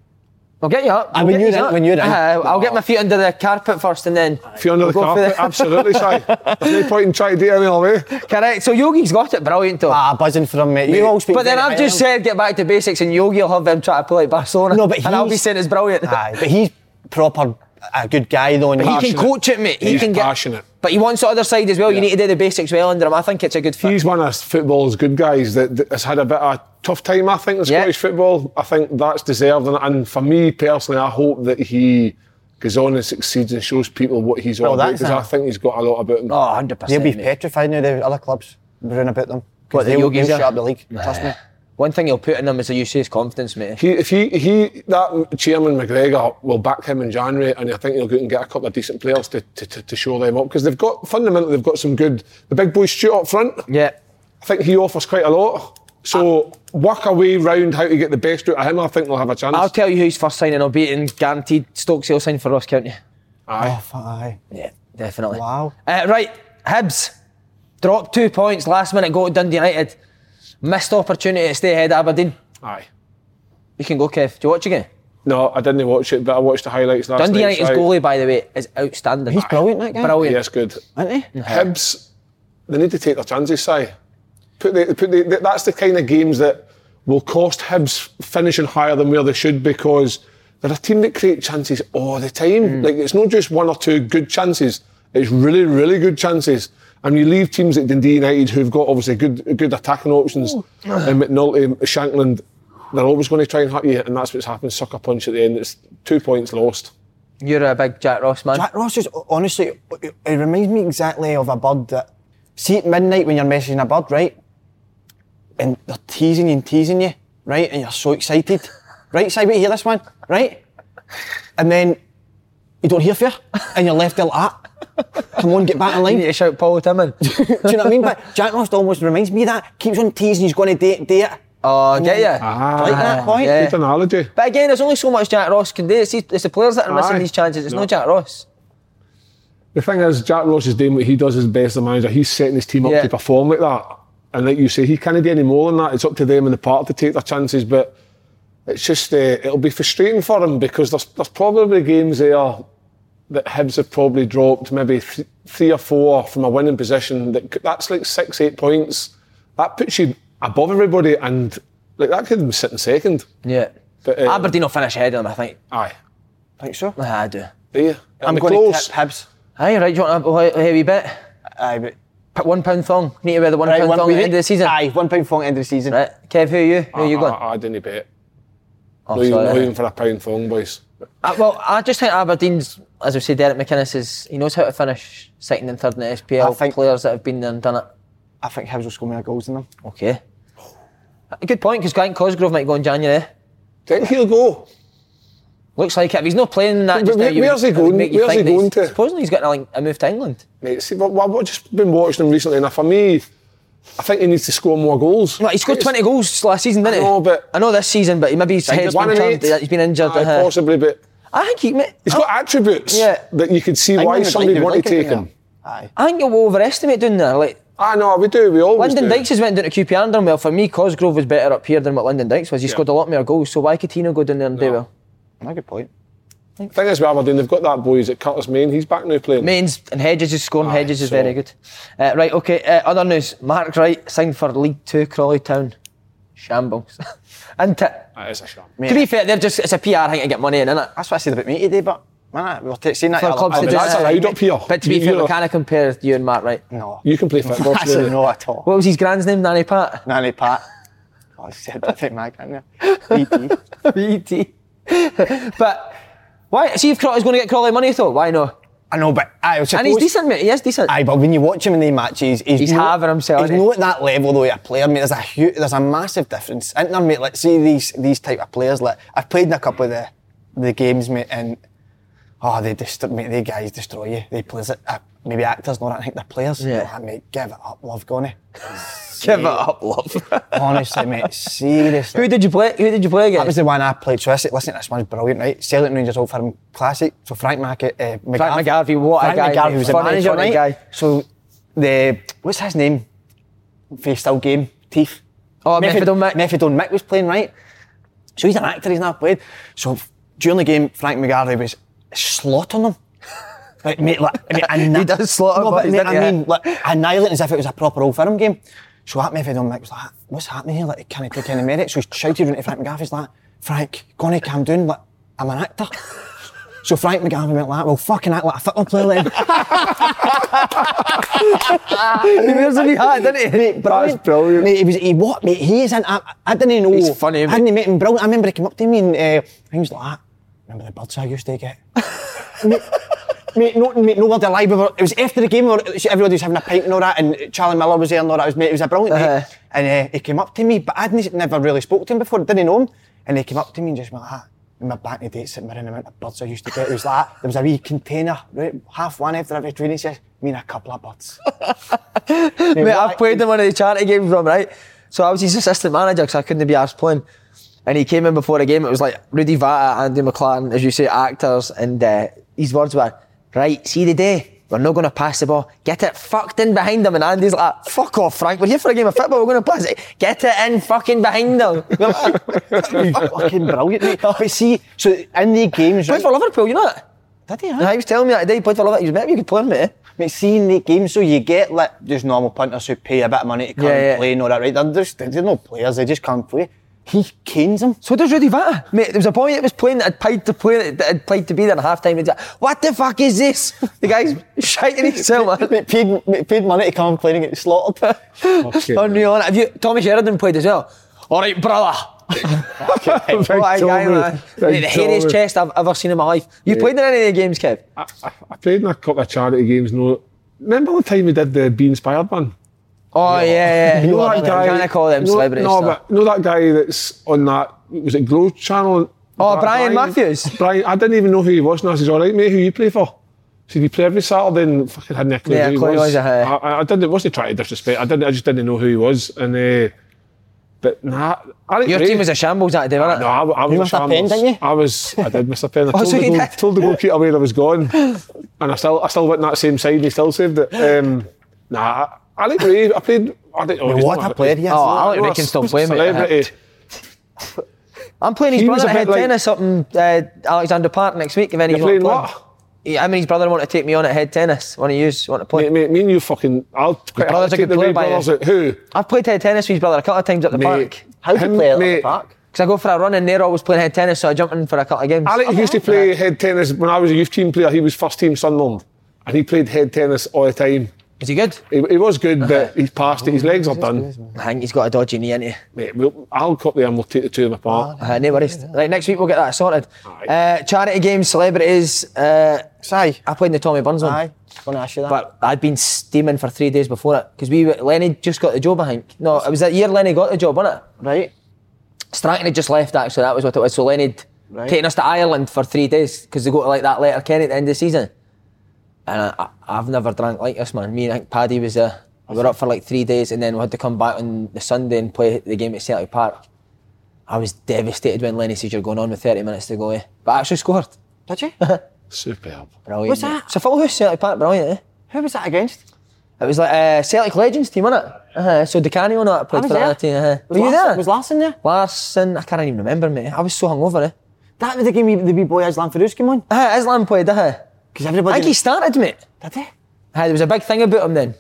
A: I'll get you up.
B: Ah,
A: I'll
B: when
A: get
B: you're
A: yous
B: in-
A: up.
B: when you're in.
A: Aye, I'll get my feet under the carpet first and then.
C: If you're under the
A: we'll go for
C: carpet, absolutely, Si. There's no point in trying to do it any other way.
A: Correct. So Yogi's got it brilliant though.
B: Ah, buzzing for him, mate. You all speak
A: but then
B: very
A: I've
B: highly
A: just
B: of him.
A: said get back to basics and Yogi will have them try to play like Barcelona.
B: No, but
A: and I'll be
B: he's-
A: saying it's brilliant.
B: Aye, but he's proper a good guy though. And
A: But he
B: he's-
A: can coach it, mate. He
C: He's
A: can get
C: passionate.
A: But he wants the other side as well. You
C: Yeah.
A: need to do the basics well under him. I think it's a good fit.
C: He's one of football's good guys that, that has had a bit of a tough time, I think, in
A: Yeah.
C: Scottish football. I think that's deserved. And, and for me personally, I hope that he goes on and succeeds and shows people what he's all
B: Well,
C: about
B: that's
C: because
B: a-
C: I think he's got a lot about him.
A: oh, 100%.
B: They'll be
A: mate.
B: petrified now. The other clubs worrying about them. 'Cause
A: What, the
B: they'll,
A: yogis
B: they'll
A: are?
B: shut up the league. Trust me.
A: One thing he'll put in him is a use of his confidence, mate.
C: He, if he, he, that chairman McGregor will back him in January, and I think he'll go out and get a couple of decent players to, to, to, to show them up because they've got fundamentally they've got some good. The big boy Stuart up front,
A: Yeah.
C: I think he offers quite a lot. So work a way round how to get the best out of him. I think they'll have a chance.
A: I'll tell you who's first signing. I'll be in guaranteed. Stokes he'll sign for Ross County.
C: Aye.
B: Oh, fuck, aye.
A: Yeah, definitely.
B: Wow.
A: Uh, right, Hibs dropped two points last minute. Go to Dundee United. Missed opportunity to stay ahead of Aberdeen.
C: Aye.
A: You can go, Kev. Do you watch again?
C: No, I didn't watch it, but I watched the highlights last
A: Dundee
C: night.
A: United's
C: so-
A: goalie, by the way, is outstanding.
B: He's brilliant, that guy.
A: Brilliant.
C: Yes, good.
B: Isn't he?
C: Hibs, they need to take their chances, Si. Put the, put the, that's the kind of games that will cost Hibs finishing higher than where they should because they're a team that create chances all the time. Like, it's not just one or two good chances, it's really, really good chances. And you leave teams like Dundee United, who've got obviously good good attacking options, and McNulty, Shankland, they're always going to try and hurt you, and that's what's happened. Sucker punch at the end. It's two points lost.
A: You're a big Jack Ross man.
B: Jack Ross is honestly, it it reminds me exactly of a bird that. See at midnight when you're messaging a bird, right? And they're teasing you and teasing you, right? And you're so excited, right? Si, wait, hear this one, right? And then you don't hear fear, and you're left there like that. Come on, get back in
A: You
B: line.
A: need to shout Paul Timmon.
B: Do you know what I mean? But Jack Ross almost reminds me of that. Keeps on teasing, he's going to date, date.
A: Oh, I get you.
C: Ah,
B: like that point.
A: yeah.
C: Good analogy.
A: But again, there's only so much Jack Ross can do. It's, the- it's the players that are missing
C: Aye.
A: these chances. It's no.
C: No.
A: Jack Ross.
C: The thing is, Jack Ross is doing what he does as best as a manager. He's setting his team up
A: Yeah.
C: to perform like that. And like you say, he can't do any more than that. It's up to them and the park to take their chances. But it's just, uh, it'll be frustrating for him because there's, there's probably games there that Hibs have probably dropped maybe th- three or four from a winning position. That c- That's like six, eight points. That puts you above everybody and like that could sit in second.
A: Yeah.
C: But, uh,
A: Aberdeen will finish ahead of them, I think.
C: Aye.
B: Think so?
A: Aye, I do.
C: There.
B: I'm
C: It'll be
B: going
C: close.
B: to tip Hibs.
A: Aye, right, do you want a- a heavy bit?
B: Aye, but
A: Put One pound thong. Need to wear the one
B: Right,
A: pound
B: one-
A: thong at
B: we
A: the end
B: need-
A: of the season.
B: Aye, one pound fong end of the season.
A: Right, Kev, who are you? Who are you
C: I,
A: going?
C: Ah, I, I didn't bet.
A: Oh,
C: not, even,
A: sorry.
C: not even for a pound phone, boys.
A: Uh, well, I just think Aberdeen's, as we said, Derek McInnes is he knows how to finish second and third in the SPL.
B: I think-
A: players that have been there and done it.
B: I think Hibs will score more goals than them.
A: Okay. A good point because Grant Cosgrove might go in January.
C: Think he'll go.
A: Looks like it. If he's not playing that,
C: But
A: just now, you
C: where's
A: would-
C: he
A: it would
C: going?
A: make you
C: Where's
A: think
C: he
A: that
C: going
A: he's-
C: to?
A: Supposedly he's got a, link, a move to England.
C: Mate, see, well, well, I've just been watching him recently, and for me, I think he needs to score more goals.
A: Well, he scored 20 goals last season, didn't
C: I
A: he?
C: know, but-
A: I know this season, but he maybe his head's
C: One
A: been
C: and
A: turned.
C: eight.
A: He's been injured.
C: Aye,
A: uh-huh.
C: possibly, but
A: I think he. Mate,
C: he's got attributes
A: Yeah.
C: that you could see
B: I
C: why
B: think he'd
C: somebody
B: like-
C: wanted to
B: he'd like
C: take
B: him
C: him.
B: Aye.
A: I think you'll overestimate doing that. Like
C: I know, we do. We always
A: Lyndon
C: do.
A: Dykes has went down to QPR and done well. For me, Cosgrove was better up here than what Lyndon Dykes was. He scored a lot more goals, so why could he not go down there and do well?
B: Not a good point.
C: Thing is, with Aberdeen, they've got that boy. Is it Curtis Main? He's back now playing.
A: Mains and Hedges is scoring.
C: Aye,
A: Hedges is
C: so-
A: very good. Uh, right, okay. Uh, other news. Mark Wright signed for League Two, Crawley Town. Shambles. and t-
C: That is a shame.
A: to be fair, they're just it's a PR thing to get money in, isn't it?
B: That's what I said about me today, but man, we were t- saying that.
A: For
B: the other-
A: clubs
B: I
A: to
B: was
A: just-
C: That's
A: uh,
C: allowed up here.
A: But to be
C: You-
A: fair,
C: you're-
A: we can't compare you and Mark Wright.
B: No.
C: You can play football.
B: Actually,
C: surely.
B: no at all.
A: What was his grand's name? Nanny Pat.
B: Nanny Pat. Oh, I said that thing, Mike, E didn't I? E.T.
A: BT. E but why? See if Crawley's going to get Crawley money though. Why not?
B: I know, but I was
A: And he's decent, mate. He is decent.
B: Aye, but when you watch him in the matches, he's,
A: He's having himself, eh?
B: He's
A: isn't he?
B: not at that level though. of A player, mate. There's a huge, there's a massive difference. Isn't there, mate? Let's see these these type of players. Like I've played in a couple of the the games, mate, and oh, they destroy, mate. They guys destroy you. They players, that- uh, maybe actors, not I think they're players.
A: Yeah.
B: Oh, mate, give it up, love, eh? Gone.
A: Give it up, love.
B: Honestly, mate, seriously.
A: Who did you play? Who did you play
B: That
A: against?
B: was the one I played. So I said, listen, this one's brilliant, right? Celtic Rangers Old Firm Classic. So Frank Mac, uh, McGarvey.
A: Frank McGarvey, what a guy,
B: Frank McGarvey
A: mate.
B: was the
A: Funny,
B: manager,
A: funny
B: right?
A: guy.
B: So the, what's his name? Face still game, teeth.
A: Oh,
B: Method-
A: Methadone Mick.
B: Methadone Mick was playing, right? So he's an actor, he's not played. So during the game, Frank McGarvey was slaughtering them. Like, mate, like, I mean, anni-
A: He does slaughter
B: no, but,
A: boys,
B: mate,
A: doesn't
B: I
A: he?
B: mean, like, annihilating as if it was a proper old firm game. So that method, I'm like, was like, what's happening here? Like, he can't take any merit. So he shouted into Frank McGarvey's like, Frank, gonna calm down. Like, I'm an actor. So Frank McGarvey went like, well, fucking act like a football player then.
A: He wears a wee hat, doesn't he?
B: Mate, brilliant. Mate, he was, he, what, mate, he is ah, an, I, I didn't even know.
A: He's funny,
B: I didn't met him brilliant. I remember he came up to me and uh, he was like, ah, remember the birds I used to get? mate, mate, no, mate, no word alive. We were, it was after the game, we were, everybody was having a pint and all that, and Charlie Miller was dus there and all that. It was, mate, it was a brilliant
A: Uh-huh.
B: night. And uh, he came up to me, but I'd n- never really spoke to him before, didn't know him. And he came up to me and just went like that. In my back in the day, sitting there in the amount of birds I used to get, it was like that. There was a wee container, right, half one after every training session, me and a couple of birds.
A: Mate,
B: what
A: I've
B: I-
A: played in one of the charity games with him, right? So I was his assistant manager because I couldn't be arsed playing. And he came in before a game, it was like Rudy Vata, Andy McLaren, as you say, actors, and uh, his words were, right, see the day, we're not going to pass the ball, get it fucked in behind them. And Andy's like, fuck off, Frank, we're here for a game of football, we're going to pass it, get it in fucking behind them. We're like,
B: fucking brilliant, mate. But see, so in the games,
A: played
B: right?
A: for Liverpool, you know that?
B: Did he,
A: And
B: huh?
A: he was telling me that today, he played for Liverpool, he was better, you could play him, mate.
B: Mate, see in the games, so you get like just normal punters who pay a bit of money to come
A: Yeah,
B: and
A: yeah.
B: play and all that, right? They're, just, they're no players, they just can't play. He canes him.
A: So does Rudy Vata. Mate, there was a boy that was playing that had paid to play that had played to be there in half time. What the fuck is this? The guy's shiting himself. man.
B: Mate, paid, mate, paid money to come and play and get slaughtered.
C: Okay.
A: Unreal. Have you Tommy Sheridan played as well? Oh, Alright, brother. what a guy,
C: Tommy.
A: man.
C: Big
A: Mate, the hairiest
C: Tommy.
A: chest I've ever seen in my life. You played in any of the games, Kev?
C: I, I, I played in a couple of charity games. No, remember the time we did the Be Inspired one?
A: Oh yeah, yeah.
C: You know
A: I'm
C: that guy.
A: trying to call them
C: no,
A: celebrities.
C: No,
A: though.
C: but you know that guy that's on that. Was it Glow Channel?
A: Oh,
C: Bri-
A: Brian Matthews.
C: Brian, I didn't even know who he was. And I says, "All right, mate, who you play for?" So you play every Saturday and fucking had no clue
A: Yeah,
C: who he
A: clue
C: was.
A: was, uh-huh.
C: I, I- I didn't. Wasn't trying to disrespect. I didn't. I just didn't know who he was. And uh, but nah, I didn't
A: Your
C: rate-
A: team was a shambles that day, wasn't it?
C: No, I, I was
B: You
C: a
B: missed a pen,
C: shambles.
B: didn't you? Oh,
C: I was. I did miss a pen. I told,
A: so
C: the
A: you
C: goal,
A: did.
C: told the goalkeeper where I was going, and I still, I still went that same side. and He still saved it. Um, nah, I like Ray. I played. I didn't, oh, he's
B: what
C: not
B: a player he is.
A: Oh,
B: No,
A: Alec
C: no,
A: Ray can still
C: s-
A: play, mate.
C: Celebrity.
A: I'm playing his
C: He was
A: brother
C: a
A: at head
C: bit like-
A: tennis up in uh, Alexander Park next week if any
C: You're
A: of you want
C: playing
A: to play.
C: what?
A: Yeah, I mean his brother want to take me on at head tennis. One of you want to play?
C: Mate, mate, me and you fucking. I'll quite
A: brother's
C: happily
A: a good
C: take the
A: player
C: Ray
A: by
C: brothers
A: you.
C: out. Who?
A: I've played head tennis with his brother a couple of times up the park.
C: Mate,
B: How do you
C: him,
B: play at the
C: mate,
B: park?
A: Because I go for a run and they're always playing head tennis, so I jump in for a couple of games.
C: Alec used to play head tennis when I was a youth team player. He was first team Sunderland, and he played head tennis all the time.
A: Is he good?
C: He, he was good,
A: Uh-huh.
C: but he's passed it. His legs are done.
A: I think he's got a dodgy knee, innit?
C: Mate, we'll, I'll cop there and we'll take the two of them apart.
A: Uh, no worries. Right, next week we'll get that sorted.
C: Aye.
A: Uh, charity games, celebrities. Uh,
B: Aye.
A: I played in the Tommy Burns one.
B: Aye. Gonna ask you that.
A: But I'd been steaming for three days before it because we were- Lenny just got the job, I think. No, it was that year Lenny got the job, wasn't it?
B: right.
A: Stratton had just left actually. That was what it was. So Lenny had
B: Right.
A: taken us to Ireland for three days because they go to like that letter Kenny at the end of the season. And I, I, I've never drank like this, man. Me and I think Paddy was there. We were up for like three days, and then we had to come back on the Sunday and play the game at Celtic Park. I was devastated when Lenny says you're going on with 30 minutes to go. Eh? But I actually scored.
B: Did you?
C: Superb.
A: Brilliant.
B: What's
A: mate.
B: that?
A: It's a full house Celtic Park, brilliant. Eh?
B: Who was that against?
A: It was like uh, Celtic Legends team, wasn't it? Uh-huh. So DeCanio and that played
B: was
A: for that
B: there.
A: other team. Uh-huh. Were
B: Was
A: you
B: Larson-
A: there?
B: Was Larson there?
A: Larson, I can't even remember, mate. I was so hungover. Eh?
B: That was the game the wee boy Aslan Farouz came on.
A: Uh, Islam played, uh-huh.
B: Because
A: I
B: everybody.
A: think he started, mate.
B: Did he?
A: Aye, there was a big thing about him then.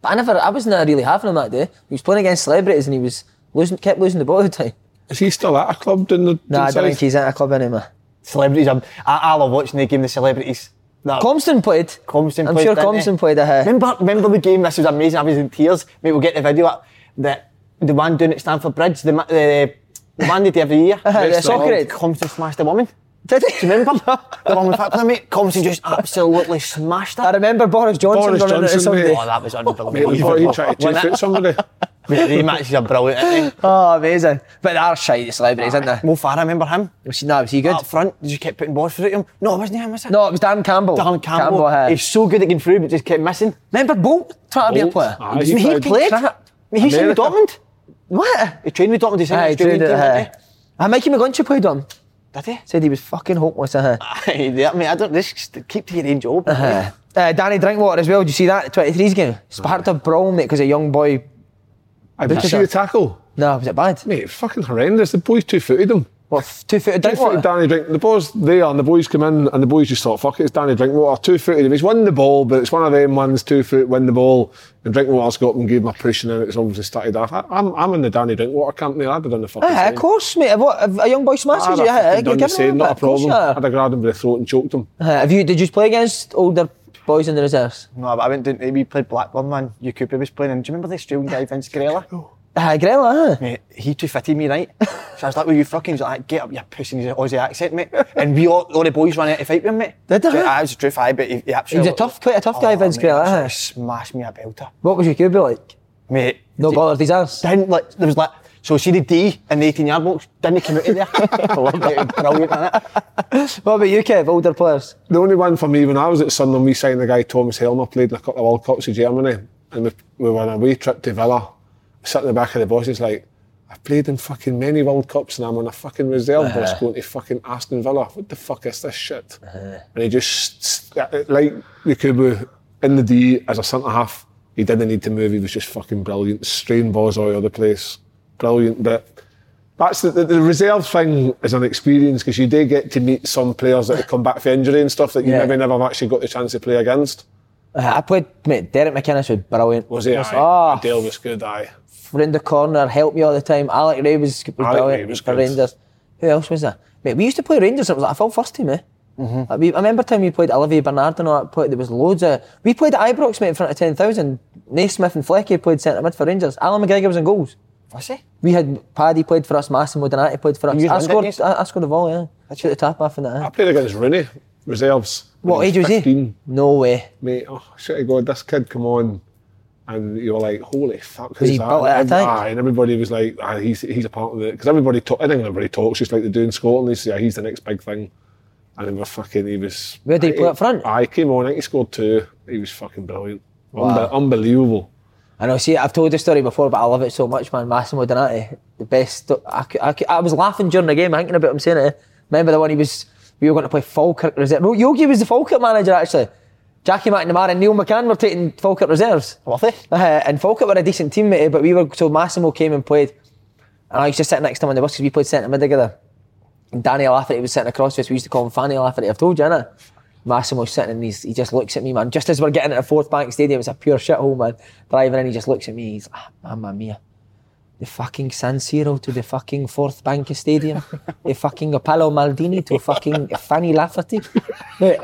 A: But I never, I wasn't really having him that day. He was playing against celebrities and he was losing, kept losing the ball all the time.
C: Is he still at a club down the
A: Nah, I don't
C: down
A: think
C: south?
A: he's at a club anymore.
B: Celebrities. um, I, I love watching the game, the celebrities. That,
A: Comston played.
B: Comston
A: I'm
B: played,
A: sure
B: didn't he?
A: Comston played. Uh,
B: Remember, remember the game? This was amazing. I was in tears. Mate, we'll get the video up. That the one doing at Stamford Bridge, the ma- the, the one they do every year.
A: Uh-huh, the soccer head.
B: Compton smashed the woman.
A: did
B: Do
A: he?
B: you remember? the one with Pippa, mate. Compton just absolutely smashed
A: I
B: her.
A: remember Boris Johnson
C: Boris
A: running into
C: Johnson,
A: somebody.
C: mate.
B: Oh, that was
C: Mate, we thought
B: unbelievable.
C: he tried to two-foot somebody.
B: Mate, the matches are brilliant. aren't they?
A: Oh, amazing. But they are shite, the celebrities, aren't they?
B: Mo Farah, remember him?
A: Was he, nah, was he good?
B: Up front, you just kept putting balls through to him. No, it wasn't him, was it?
A: No, it was Dan Campbell.
B: Dan Campbell.
A: aye.
B: He's so good at getting through, but just kept missing.
A: Remember Bolt trying to be a
C: Bolt?
A: player?
C: Aye, he
A: Mate, he
C: played.
A: played. Crap.
B: Mate, he's in
C: America.
B: Dortmund.
A: What?
B: He trained with Dortmund. He's in the
A: Aye, he
B: Australian
A: trained
B: team.
A: at,
B: wasn't
A: aye. Aye, Mikey McGuntry played on.
B: he? Did he?
A: Said he was fucking hopeless. Uh,
C: Ah.
B: Aye, there, mate. I don't. This just keep to your own job.
A: Uh, uh, Danny Drinkwater as well. Did you see that 23's game? Sparked a brawl, mate, because a young boy.
C: I did you see
A: Sure.
C: the tackle?
A: No, was it bad?
C: Mate, fucking horrendous. The boys two-footed him.
A: What, two foot of
C: Two
A: drink water?
C: footed Danny drink. The ball's there, and the boys come in, and the boys just thought, "Fuck it, it's Danny Drinkwater." Two footed him. He's won the ball, but it's one of them ones. Two foot win the ball, and Drinkwater's got him, gave him a push, and then it's obviously started off. I, I'm, I'm in the Danny Drinkwater company. I'd have done the fucking
A: Aye,
C: same.
A: Ah, of course, mate. If, what, if a young boy
C: I'd
A: smashes
C: have
A: you, aye,
C: Ah, fucking
A: aye,
C: done
A: give
C: the
A: him
C: same.
A: that,
C: Not a
A: of course
C: problem.
A: you are.
C: I'd have grabbed him by the throat and choked him.
A: Aye, Have you? Did you play against older boys in the reserves?
B: No, but I went down. We played Blackburn, man. Yakuba was playing, and do you remember the Australian guy Vince Grella?
A: Aye, Grella, aye.
B: mate, Eh, he too fitted me, right? So I was like, "Will you fucking?" He's like, "Get up, you pussy!" And he's an Aussie accent, mate. And we all, all the boys ran out to fight with him, mate.
A: Did they?
B: So, aye, it was the truth, aye, but he, he
A: He was
B: absolutely. Oh,
A: a tough, quite a tough guy, Vince eh?
B: mate,
A: Grella,
B: he
A: aye.
B: Smashed me a belter,
A: What was your QB like?
B: mate.
A: No
B: d-
A: bothered his ass.
B: Didn't like there was like so. See the D in the eighteen yard box. Didn't come out of there. I love that. Brilliant, innit?
A: What about you, Kev? Older players?
C: The only one for me when I was at Sunderland, we signed the guy Thomas Helmer, played in a couple of World Cups in Germany, and we, we were on a wee trip to Villa. Sitting in the back of the bus, he's like, I've played in fucking many World Cups and I'm on a fucking reserve bus going to fucking Aston Villa. What the fuck is this shit? And he just, st- st- like Yakubu in the D as a centre half, he didn't need to move, he was just fucking brilliant. Strain balls all over the place. Brilliant bit. That's the, the, the reserve thing is an experience because you do get to meet some players that have come back for injury and stuff that you
A: Yeah.
C: maybe never have actually got the chance to play against.
A: Aye, Uh, I played, mate, Derek McInnes was brilliant.
C: Was he? Aye.
A: Ah,
C: Dale was good, aye.
A: round the corner, helped me all the time. Alec Ray was, was
C: Alec
A: brilliant
C: Ray was
A: for
C: good.
A: Rangers. Who else was there? Mate, we used to play Rangers. It was like a full first team, eh? Like, we, I remember time we played Olivier Bernard and all that. Play, there was loads of. We played at Ibrox, mate, in front of ten thousand. Naismith and Flecky played centre mid for Rangers. Alan McGregor was in goals.
B: Was he?
A: We had Paddy played for us. Massimo Donati played for us.
B: You
A: I
B: won, didn't
A: scored.
B: you?
A: I, I scored a volley. Yeah, I took the tap off in that.
C: I
A: eh?
C: played against Rooney, reserves. when
A: What age was he?
C: 15.
A: No way.
C: Mate, oh, shit, I God, this kid come on. And you were like, holy fuck, who's
A: he
C: that?
A: built like a
C: and,
A: tank?
C: aye, and everybody was like, ah, he's, he's a part of it. Because everybody, talk, I think everybody talks just like they do in Scotland. They say, ah, he's the next big thing. And then we're fucking, he was.
A: Where did he
C: I-
A: play up front?
C: I came on, I think he scored two. He was fucking brilliant. Unbe- unbelievable.
A: I know. See, I've told this story before, but I love it so much, man. Massimo Donati, the best. I, cou- I, cou- I was laughing during the game, thinking about him saying it. Remember the one he was? We were going to play Falkirk reserve. No, Yogi was the Falkirk manager actually. Jackie McNamara and Neil McCann were taking Falkirk reserves.
B: Were they?
A: Uh, and Falkirk were a decent team, mate. But we were so Massimo came and played, and I used to sit next to him on the bus because we played centre mid together. And Danny Lafferty was sitting across to us. We used to call him Fanny Lafferty. I've told you, innit? Massimo's sitting and he's, he just looks at me, man. Just as we're getting into Fourth Bank Stadium, it's a pure shithole, man. Driving in, he just looks at me. He's, ah, mamma mia. The fucking San Siro to the fucking Fourth Bank Stadium. the fucking Apollo Maldini to fucking Fanny Lafferty. Mate,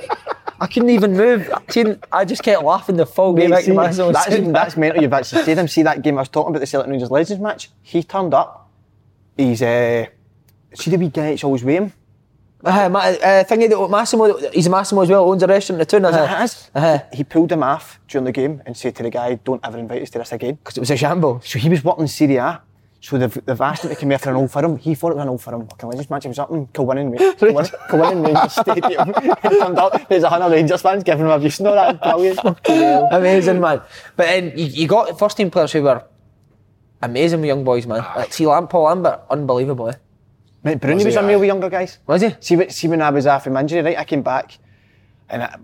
A: I couldn't even move. I, couldn't- I just kept laughing the full game.
B: Mate,
A: out
B: see,
A: to Massimo.
B: that's, that's mental. You've actually seen him. See that game I was talking about, the Celtic Rangers Legends match? He turned up. He's, uh, see the wee guy that's always with him?
A: Aye, ma- uh, thingy that Massimo, he's Massimo as well, owns a restaurant in the town.
B: It has.
A: uh-huh.
B: He pulled him off during the game and said to the guy, don't ever invite us to this again.
A: Because it was a shambles.
B: So he was working in Serie A. So they've, they've asked him to come here for an old firm. He thought it was an old firm. Fucking Legends match. He was up in Kilwinning, mate. Kilwinning, Kilwinning Rangers Stadium. he turned up. There's a hundred Rangers fans giving him abuse. No, that's brilliant.
A: amazing, man. But then you, you got first team players who were amazing with young boys, man. Like, see, Lam- Paul Lambert, unbelievable. eh?
B: Mate, Bruni was,
C: he,
B: unreal
C: aye?
B: with younger guys.
A: Was he?
B: See, when- see when I was off from injury, right? I came back, and I,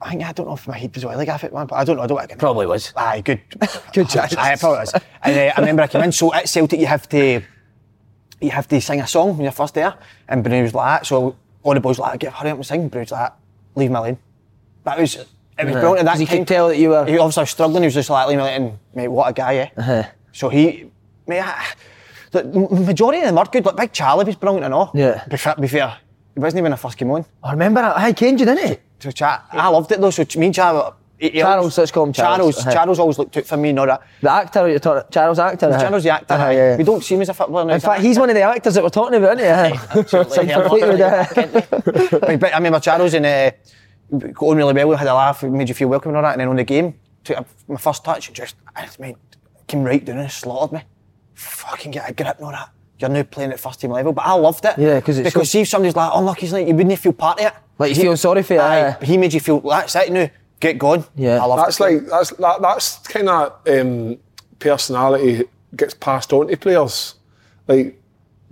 B: I think I don't know if my head was oily gaff at one, but I don't know. I don't. I
A: Probably was.
B: Aye, good.
A: Good chance.
B: Aye, it probably was. And uh, I remember I came in. So at Celtic, you have to, you have to sing a song when you're first there. And Bruni was like that. So all the boys were like, get hurry up and sing. Bruni was like, leave me alone. That was. It was brilliant. at
A: Uh, 'Cause
B: That
A: you
B: time.
A: could tell that you were.
B: He obviously was struggling. He was just like, leave me alone. And, mate, what a guy, eh?
A: Uh-huh.
B: So he, mate, I- the the majority of them are good. Like Big Charlie was brilliant and all.
A: Yeah.
B: Be, fa- be fair, he wasn't even a first game on.
A: I remember I, I came you, didn't he?
B: So Cha- I loved it though. So me and Charles,
A: Charles, let's call him Charles.
B: Charles,
A: Uh-huh.
B: Charles always looked out for me, not that.
A: The actor, you're talking, Charles actor. aye?
B: Charles the actor.
A: Aye,
B: aye.
A: Uh-huh. yeah, yeah.
B: We don't see him as a footballer.
A: In fact, he's one of the actors that we're talking about, isn't he? Aye. It's
B: Absolutely.
A: like completely
B: But- but I remember Charles and uh, got on really well. We had a laugh. it Made you feel welcome and all that. And then on the game, took a, my first touch. and Just I just made came right down and slaughtered me. Fucking get a grip and all that. You're now playing at first team level, but I loved it.
A: Yeah, 'cause it's
B: because
A: so-
B: see if somebody's like, "Oh, look, he's like," you wouldn't feel part of it.
A: Like you're
B: He-
A: feeling sorry for it, aye.
B: Aye, he made you feel that's it now. Get going.
A: Yeah.
B: I loved
C: That's
B: it.
C: like, that's, that, that's kind of um, personality gets passed on to players. Like,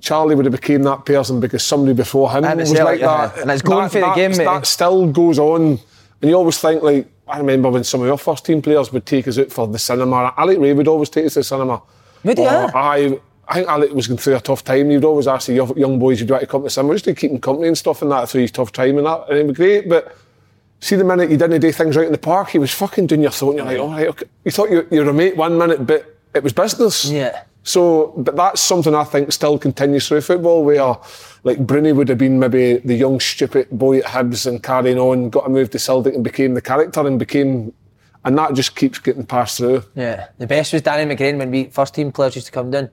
C: Charlie would have became that person because somebody before him
A: And it's
C: was
A: there,
C: like
A: yeah.
C: that.
A: And it's going
C: that,
A: for the
C: that,
A: game, mate.
C: That still goes on. And you always think, like, I remember when some of your first team players would take us out for the cinema. Alec Ray would always take us to the cinema.
A: Would he,
C: Or
A: huh?
C: I, I think Alec was going through a tough time. He'd always ask the yo- young boys, "Would you like to come to summer?" Just to keep him company and stuff, and that through his tough time and that, and it was great. But see, the minute you didn't do things right in the park, he was fucking doing your thought, and you're like, "All right, okay." You thought you, you were a mate one minute, but it was business.
B: Yeah.
C: So, but that's something I think still continues through football, where like Bruni would have been maybe the young stupid boy at Hibs and carrying on, got a move to Celtic and became the character and became, and that just keeps getting passed through.
B: Yeah, the best was Danny McGrain when we first team players used to come down.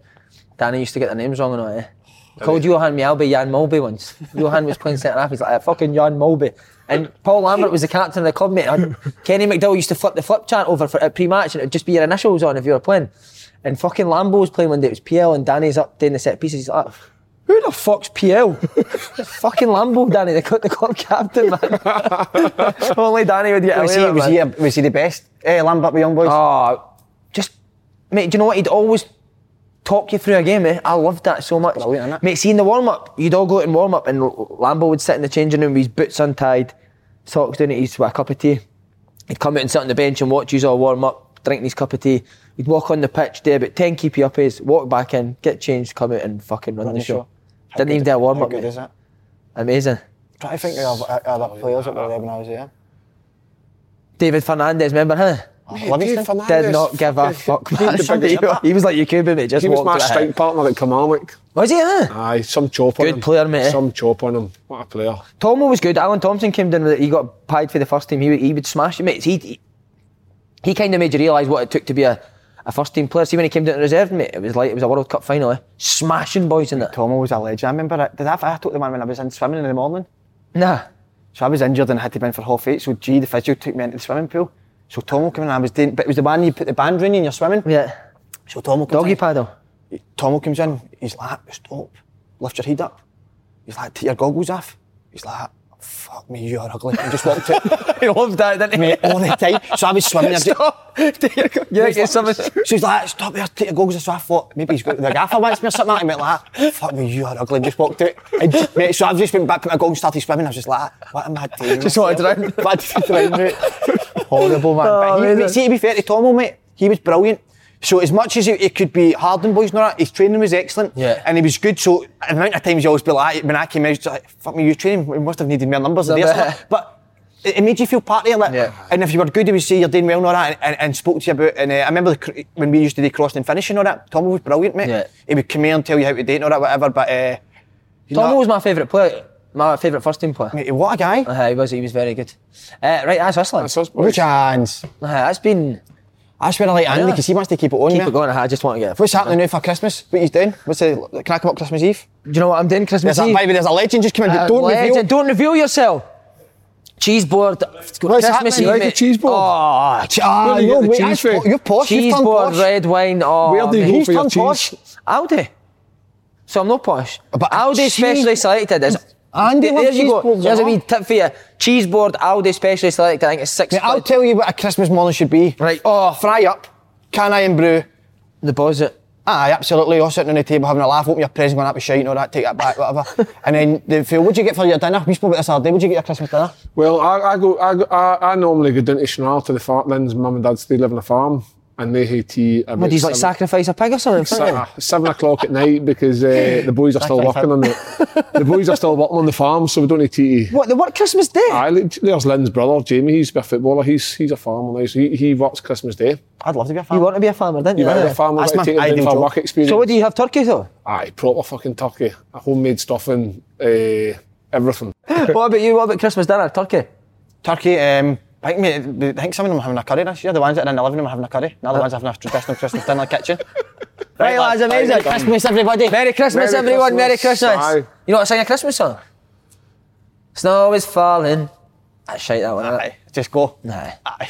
B: Danny used to get their names wrong and all that. He
A: Oh,
B: Called Johan Mialbi Jan Mulby once. Johan was playing centre half. He's like, "Ah, fucking Jan Mulby. And Paul Lambert was the captain of the club, mate. And Kenny McDowell used to flip the flip chart over for, at pre match and it would just be your initials on if you were playing. And fucking Lambo was playing one day. It was PL and Danny's up doing the set pieces. He's like, who the fuck's PL? It's fucking Lambo, Danny. They got the club captain, man. Only Danny would get away
A: Was he,
B: with it,
A: was,
B: man.
A: he, was he the best? Eh, Lambert with Young Boys?
B: Oh, just, mate, do you know what? He'd always talk you through a game, eh? I loved that so much.
A: Brilliant, innit?
B: Mate, see, in the warm up, you'd all go out and warm up, and L- Lambo would sit in the changing room with his boots untied, socks down at his with a cup of tea. He'd come out and sit on the bench and watch you all warm up, drinking his cup of tea. He'd walk on the pitch, do about 10 keepy uppies, walk back in, get changed, come out and fucking run, the, show. Didn't even do a warm
A: How
B: up,
A: good is
B: mate.
A: it?
B: Amazing.
A: Try to think of other- other players that were there when I was there.
B: David Fernandez, remember him?
A: Livingston?
C: Dave Fernandes,
B: Oh, Did not give a fuck, man.
C: He's the biggest-
B: he was like your Cuban, mate. Just
C: He was
B: walked
C: my
B: right in.
C: strike partner at Kilmarnock.
B: Was he, huh?
C: Aye, some chop on
B: Good
C: him.
B: player, mate.
C: Some chop on him. What a player.
B: Tomo was good. Alan Thompson came down with it. He got pied for the first team. He, would- he would smash it, mates. He, he, he kind of made you realise what it took to be a, a first team player. See, when he came down to reserve, mate, it was like it was a World Cup final, eh? Smashing boys in it.
A: Tomo was a legend. I remember it. Did I, I took the man when I was in swimming in the morning.
B: Nah.
A: So I was injured and had to be in for half eight. So G, the physio, took me into the swimming pool. So Tomo came in and I was doing, but it was the man you put the band round you and you're swimming.
B: Yeah.
A: So Tomo comes
B: Doggy
A: in.
B: paddle.
A: Tomo comes in, he's like, stop, lift your head up. He's like, take your goggles off. He's like, fuck me, you are ugly. And just walked out.
B: He loved that, didn't he?
A: Mate, all the time. So I was swimming. I did-
B: Stop. yeah, get some.
A: She's like, stop there, take your goggles off. So I thought, maybe he's got the gaffer wants me or something. I went like, that. fuck me, you are ugly. And just walked out. And just- mate, so I've just went back, put my goggles, started swimming. I was just like, "Ah, what am I doing?
B: Just wanted to drown.
A: Wanted to drown, mate. Horrible, man.
B: Oh,
A: but he,
B: amazing.
A: mate, see, to be fair to Tomo, mate, he was brilliant. So as much as he, he could be hard on boys, and all that, his training was excellent.
B: Yeah.
A: And he was good. So the amount of times you always be like, when I came out, it's like, fuck me, you training, we must have needed more numbers in there. or something. But it, it made you feel part of it.
B: Yeah.
A: And if you were good, he would say you're doing well and all that, and, and, and spoke to you about. And uh, I remember the, cr- when we used to do crossing and finishing and all that. Tom was brilliant, mate.
B: Yeah.
A: He would come here and tell you how to do it and all that, whatever. But uh, you
B: Tomo
A: know,
B: was my favourite player. My favourite first team player.
A: mate, what a guy!
B: Uh, he was. He was very good. Uh, right, that's hustling.
C: That's us,
A: What a
C: boys.
A: chance!
B: Uh, that's been.
A: That's where I like Andy
B: know.
A: because he wants to keep it on.
B: Keep
A: mate.
B: it going. I just want to get. a-
A: What's happening now for Christmas? What you doing? What's the can I come up Christmas Eve?
B: Do you know what I'm doing Christmas
A: There's a,
B: Eve?
A: by the way, there's a legend just coming.
B: Uh,
A: in. don't
B: legend,
A: reveal.
B: Don't reveal yourself. Cheese board. Christmas
A: happening?
B: Eve.
C: Like a
B: mate.
C: cheese board?
B: Oh,
A: Ah,
C: Where do you
A: no
C: get the
A: way,
C: cheese
A: that's
C: from?
A: po- You're posh.
B: cheese
A: you've turned
B: board,
A: posh.
B: red wine. Oh,
C: Where do you
B: mate.
C: go for your
A: turned posh.
C: cheese?
B: Aldi. So I'm not posh.
A: But
B: Aldi
A: cheese-
B: specially selected is.
A: Andy
B: There-
A: loves
B: there you
A: cheese
B: go.
A: boards,
B: There's a
A: huh?
B: wee tip for you. Cheese board, Aldi specially selected. I think it's six.
A: Mate, I'll
B: quid.
A: tell you what a Christmas morning should be.
B: Right.
A: Oh, fry up, can I and brew.
B: the deposit.
A: Aye, absolutely. You're sitting on the table having a laugh, open your present, going up with shite and all that, take that back, whatever. and then they feel, what'd you get for your dinner? We spoke about this all day. What'd you get your Christmas dinner?
C: Well, I, I go. I, go I, I normally go down to Schnarr to the farmlands. Mum and dad still live on a farm, and they hate tea. About
B: What, do you like
C: seven-
B: sacrifice a pig or something?
C: se- uh, seven o'clock at night because uh, the boys are still
A: Sacrifice
C: working on it. The boys are still working on the farm, so we don't need tea.
B: What, they work Christmas Day?
C: I, there's Lynn's brother, Jamie. He's a footballer. He's he's a farmer now, so he, he works Christmas Day.
A: I'd love to be a fan.
B: you want to be a farmer, didn't you?
C: He's a
B: eh?
C: farmer.
A: that's
C: like,
A: my
C: taking him in
A: ideal
C: for
A: job.
C: work experience.
B: so what do you have turkey though?
C: Aye, proper fucking turkey, homemade stuffing, uh, everything.
B: what about you? What about Christmas dinner? Turkey?
A: Turkey, um, I think, mate, I think some of them are having a curry this year. The ones that are in the living room are having a curry. The other ones are having a traditional Christmas dinner kitchen.
B: Right, lads, amazing.
A: Merry Christmas, everybody.
B: Merry Christmas,
C: Merry
B: everyone.
C: Christmas.
B: Merry Christmas.
C: Aye.
B: You know what, sing a Christmas song? Snow is falling. That's shite, that one. Aye.
A: Just go.
B: Nah.
A: Aye.